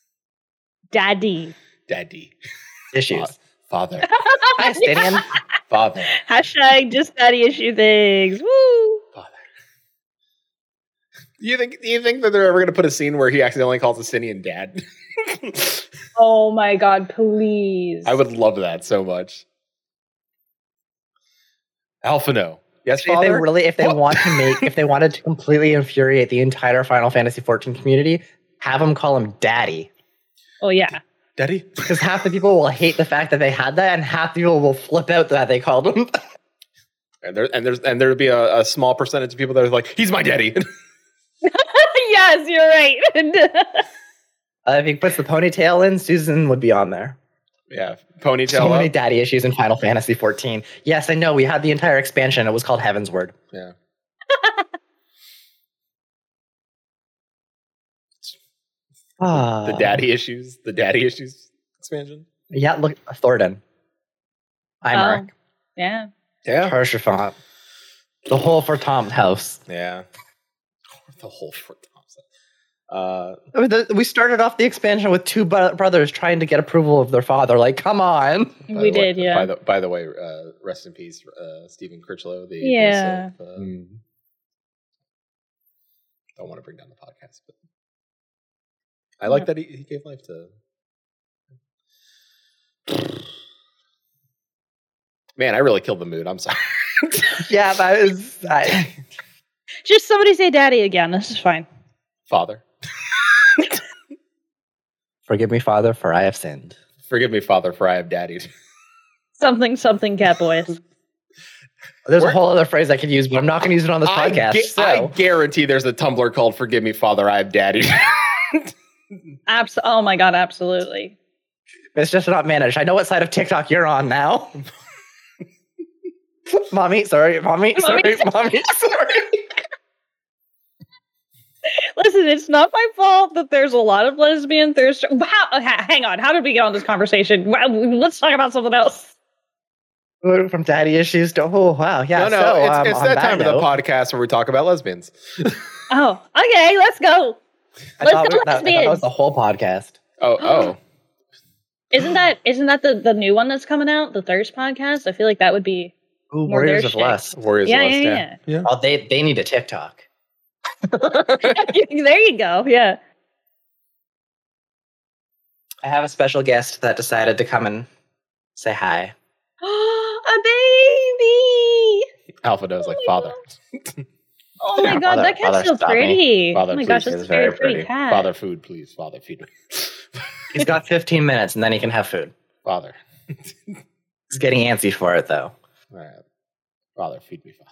Daddy.
Daddy.
Issues.
Father.
Hi, Stadium.
Father.
Hashtag just daddy issue things. Woo.
Do you think do you think that they're ever gonna put a scene where he accidentally calls Justinian dad?
Oh my god, please.
I would love that so much. Alphino. Yes,
If they
father.
really, if they want to make, if they wanted to completely infuriate the entire Final Fantasy XIV community, have them call him Daddy,
Oh yeah.
Daddy.
because half the people will hate the fact that they had that, and half the people will flip out that they called him.
And there and there's and there'd be a, a small percentage of people that are like, he's my daddy.
yes, you're right.
Uh, if he puts the ponytail in, Susan would be on there.
yeah. Ponytail.
So many
up.
daddy issues in Final Fantasy XIV. Yes, I know. We had the entire expansion. It was called Heaven's Word. Ah,
the daddy issues. The daddy issues expansion.
Yeah, look, Thornton. Imar.
Oh, yeah.
Yeah.
Harshafant. The whole for Tom's house.
Yeah. The whole short Thompson. Uh
I mean, the- We started off the expansion with two bro- brothers trying to get approval of their father. Like, come on.
By
we
the way-
did, yeah.
By the by the way, uh, rest in peace, uh, Stephen Critchlow. The voice
Yeah.
of, uh, don't want to bring down the podcast, but I like
Yeah.
that he, he gave life to. Man, I really killed the mood. I'm sorry.
Yeah, but I was. I,
Just somebody say daddy again. This is fine.
Father,
Forgive me, Father, for I have sinned.
forgive me, Father, for I have daddied.
Something, something, cat boys.
There's
We're-
a whole other phrase I could use, but I'm not going to use it on this
I,
podcast.
gu-
so.
I guarantee there's a Tumblr called "Forgive Me, Father, I have daddied."
Abs- oh my god, absolutely.
It's just not managed. I know what side of TikTok you're on now. mommy, sorry, mommy, sorry,
Mommy.
mommy, sorry.
Listen, it's not my fault that there's a lot of lesbian thirst. Wow, okay, hang on. How did we get on this conversation? Wow, Let's talk about something else.
Going From daddy issues to oh wow, yeah.
no, no,
so,
it's,
um,
it's
on
that time of the
note,
podcast where we talk about lesbians.
Oh, okay, let's go.
I
Let's go
thought, we- that, I thought that was
lesbians.
the whole podcast.
Oh, oh,
Isn't that isn't that the, the new one that's coming out, the Thirst podcast? I feel like that would be
Ooh,
More
Warriors
their
of
shit.
Lust.
Warriors
yeah,
Lust,
yeah,
Oh, they they need a TikTok.
yeah, there you go. Yeah.
I have a special guest that decided to come and say hi.
a baby.
Alpha knows like father,
Oh my
Yeah,
god,
father-
that
father,
cat's so
stop me.
pretty.
Father,
oh my
please,
gosh,
it
that's a
is
very
very
pretty,
pretty.
cat.
father food, please, father feed me,
He's got 15 minutes and then he can have food.
father.
He's getting antsy for it though.
All right, father feed me, father.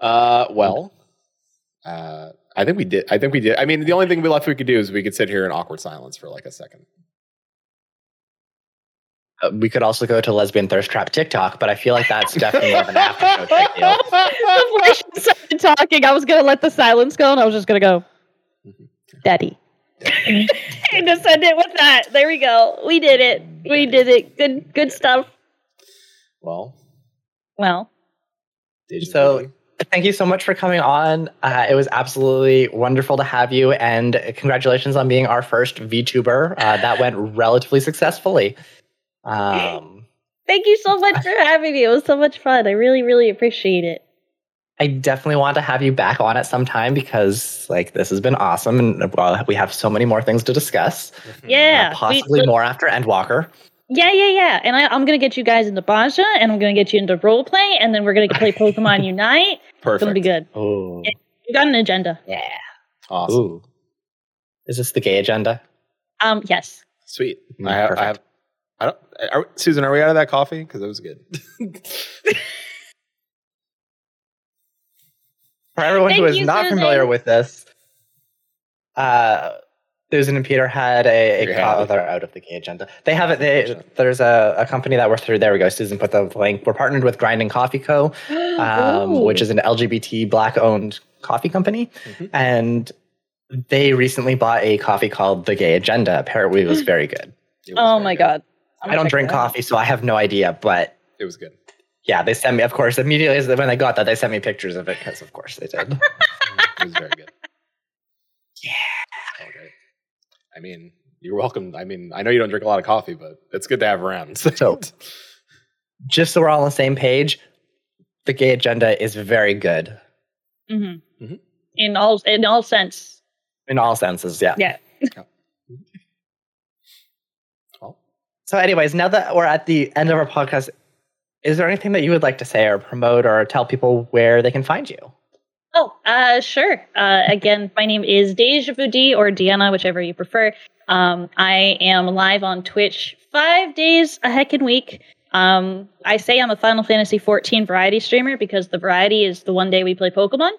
Uh, well, uh, I think we did. I think we did. I mean, the only thing we left we could do is we could sit here in awkward silence for like a second.
Uh, we could also go to lesbian thirst trap TikTok, but I feel like that's definitely more of an after show type deal.
Before she started talking, I was gonna let the silence go and I was just gonna go,
Mhm.
Daddy. and just end it with that. There we go. We did it. We did it. Good good stuff.
Well,
Well,
did you
So-
really?
Thank you so much for coming on. Uh, it was absolutely wonderful to have you, and congratulations on being our first VTuber. Uh, that went relatively successfully. Um,
thank you so much for having me. It was so much fun. I really, really appreciate it.
I definitely want to have you back on at some time because, like, this has been awesome, and uh, we have so many more things to discuss.
Mm-hmm.
Uh,
Yeah. we-
possibly more after Endwalker.
Yeah, yeah, yeah. And I, I'm gonna get you guys into Baja, and I'm gonna get you into role play, and then we're gonna play Pokemon Unite. It's gonna
perfect.
be good.
Oh,
You got an agenda.
yeah.
Awesome,
Ooh. Is this the gay agenda?
Um, yes.
sweet.
Mm,
I have, I
perfect.
have, I don't. Are, Susan, are we out of that coffee? Because it was good.
For everyone who
Thank
is
you,
not
Susan.
familiar with this, uh, Susan and Peter had a, a
You're
co-
happy.
they're out of the gay agenda. They have it. They, there's a, a company that we're through. There we go. Susan put the link. We're partnered with Grinding Coffee Co.,
Oh,
um,
Ooh.
which is an LGBT black owned coffee company,
Mhm.
and they recently bought a coffee called the Gay Agenda. Apparently, it was very good.
It was
Oh
very
my
good.
god. I'm
I
gonna
don't
check
drink
that out.
coffee, so I have no idea. But
It was good.
yeah, they sent me, of course, immediately as- when I got that, they sent me pictures of it because, of course, they did.
Mm-hmm. It was very good.
Yeah.
Okay. I mean, you're welcome. I mean, I know you don't drink a lot of coffee, but it's good to have around. So,
just so we're all on the same page, the gay agenda is very good
Mhm.
Mhm.
In all in all sense.
in all senses. Yeah.
Yeah.
well,
So, anyways, now that we're at the end of our podcast, is there anything that you would like to say or promote or tell people where they can find you?
Oh, uh, sure. Uh, again, my name is Deja Vu D or Deanna, whichever you prefer. Um, I am live on Twitch five days a heckin' week. Um, I say I'm a Final Fantasy XIV variety streamer because the variety is the one day we play Pokemon.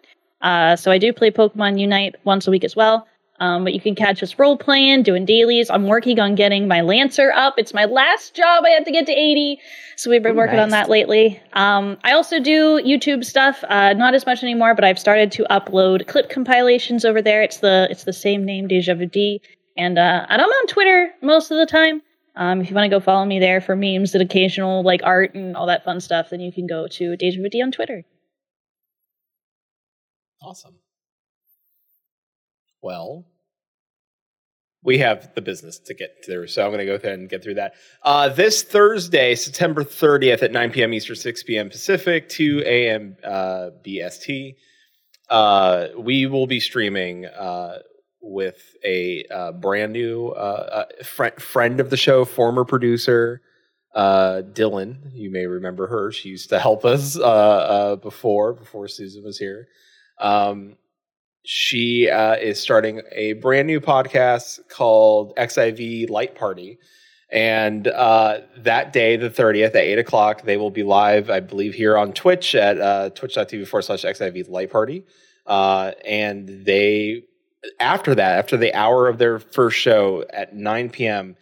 Uh, so I do play Pokemon Unite once a week as well. Um, but you can catch us role playing, doing dailies. I'm working on getting my Lancer up. It's my last job. I have to get to 80. So we've been
Ooh,
working on
nice.
that lately. Um, I also do YouTube stuff, uh, not as much anymore, but I've started to upload clip compilations over there. It's the it's the same name, Deja Vu D, and uh, and I'm on Twitter most of the time. Um, if you want to go follow me there for memes and occasional like art and all that fun stuff, then you can go to Deja Vu D on Twitter.
awesome. Well, we have the business to get through, so I'm going to go ahead and get through that. Uh, this Thursday, September 30th at 9 p.m. Eastern, 6 p.m. Pacific, 2 a.m. Uh, BST. Uh, we will be streaming uh, with a uh, brand new uh, uh, friend friend of the show, former producer uh, Dylan. You may remember her; she used to help us uh, uh, before before Susan was here. Um, she uh, is starting a brand new podcast called XIV Light Party. And uh, that day, the 30th at 8 o'clock, they will be live, I believe, here on Twitch at uh, twitch.tv forward slash XIV Light Party. Uh, and they, after that, after the hour of their first show at 9 p.m.,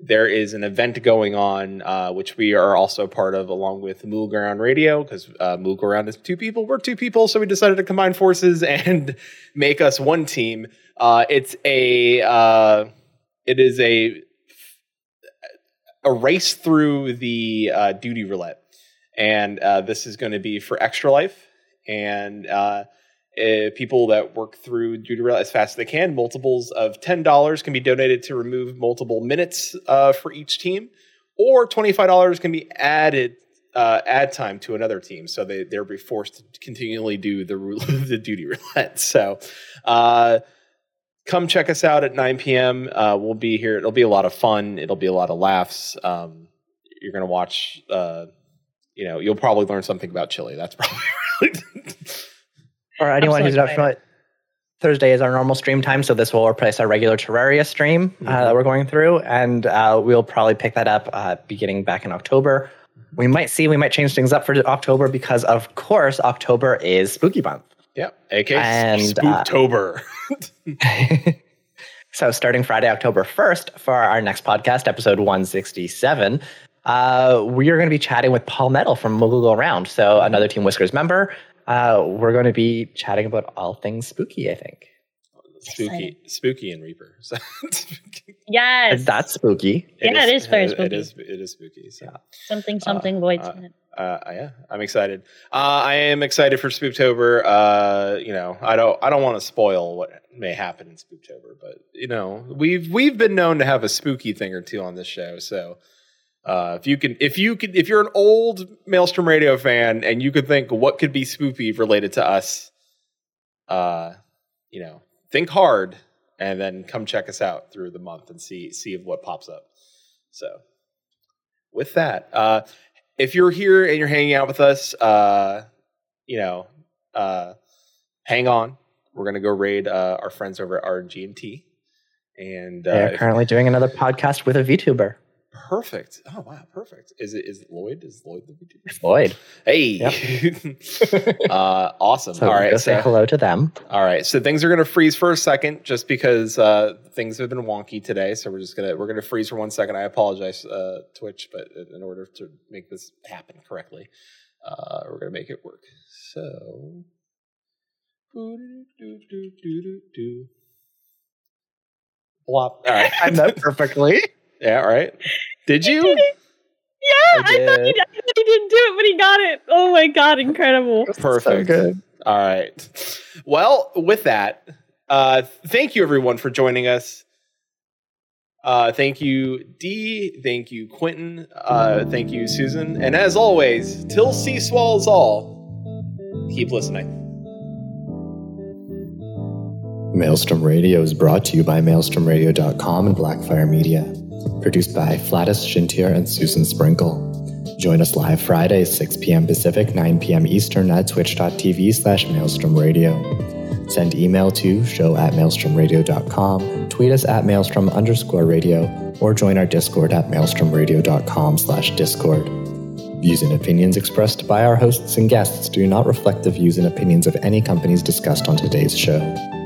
there is an event going on, uh, which we are also part of, along with Moog Around Radio, because uh, Moog Around is two people. We're two people, so we decided to combine forces and make us one team. Uh, it's a uh, it is a a race through the uh, duty roulette, and uh, this is going to be for Extra Life and uh, eh, people that work through duty roulette as fast as they can. Multiples of ten dollars can be donated to remove multiple minutes uh, for each team, or twenty five dollars can be added. Uh, add time to another team, so they they'll be forced to continually do the rou- the duty roulette. So, uh, come check us out at 9 p.m. Uh, we'll be here. It'll be a lot of fun. It'll be a lot of laughs. Um, you're gonna watch. Uh, you know, you'll probably learn something about Chile. That's probably really
Or anyone
so
who's not
excited.
familiar, Thursday is our normal stream time, so this will replace our regular Terraria stream
Mm-hmm.
uh, that we're going through, and uh, we'll probably pick that up uh, beginning back in October.
Mm-hmm.
We might see, we might change things up for October because, of course, October is Spooky Month.
yeah. AK
And, uh,
Spooktober.
so starting Friday, October 1st, for our next podcast, episode 167, uh, we are going to be chatting with Paul Metal from Mogul Go Around, so another Team Whiskers member. Uh, we're going to be chatting about all things spooky, I think.
spooky, spooky, and Reaper. So
Yes.
That's spooky.
Yeah, it is very
It
spooky.
is. It is spooky. So.
something something Lloyd's
uh,
in it.
uh, yeah, I'm excited. Uh, I am excited for Spooktober. Uh, you know, I don't, I don't want to spoil what may happen in Spooktober, but you know, we've we've been known to have a spooky thing or two on this show. So, uh, if you can, if you can, if you're an old Maelstrom Radio fan and you could think what could be spooky related to us, uh, you know, think hard and then come check us out through the month and see see what pops up. So, with that, uh, if you're here and you're hanging out with us, uh, you know, uh, hang on. We're gonna go raid uh, our friends over at RNG and T. And uh,
They're
if-
currently doing another podcast with a VTuber.
Perfect. Oh wow, perfect. Is it is it Lloyd? Is Lloyd the VTuber?
Lloyd.
Hey.
so
uh, awesome. All right.
go say
so-
hello to them.
All right, so things are going to freeze for a second, just because uh, things have been wonky today. So we're just gonna we're gonna freeze for one second. I apologize, uh, Twitch, but in order to make this happen correctly, uh, we're gonna make it work. So, blop. All right,
I know perfectly.
yeah, all right. Did you?
did it.
I
Yeah, I, thought he,
did.
I thought he didn't do it, but he got it. Oh my god, incredible!
Perfect.
So good.
All right. Well, with that, uh, thank you everyone for joining us. Uh, thank you, D. Thank you, Quentin. Uh, thank you, Susan. And as always, till sea swallows all, keep listening.
Maelstrom Radio is brought to you by maelstromradio.com and Blackfire Media. Produced by Flatus Shintier and Susan Sprinkle. Join us live Fridays, 6 p.m. Pacific, 9 p.m. Eastern at twitch.tv slash Maelstrom Radio. Send email to show at maelstromradio.com, tweet us at maelstrom underscore radio, or join our Discord at maelstromradio.com slash Discord. Views and opinions expressed by our hosts and guests do not reflect the views and opinions of any companies discussed on today's show.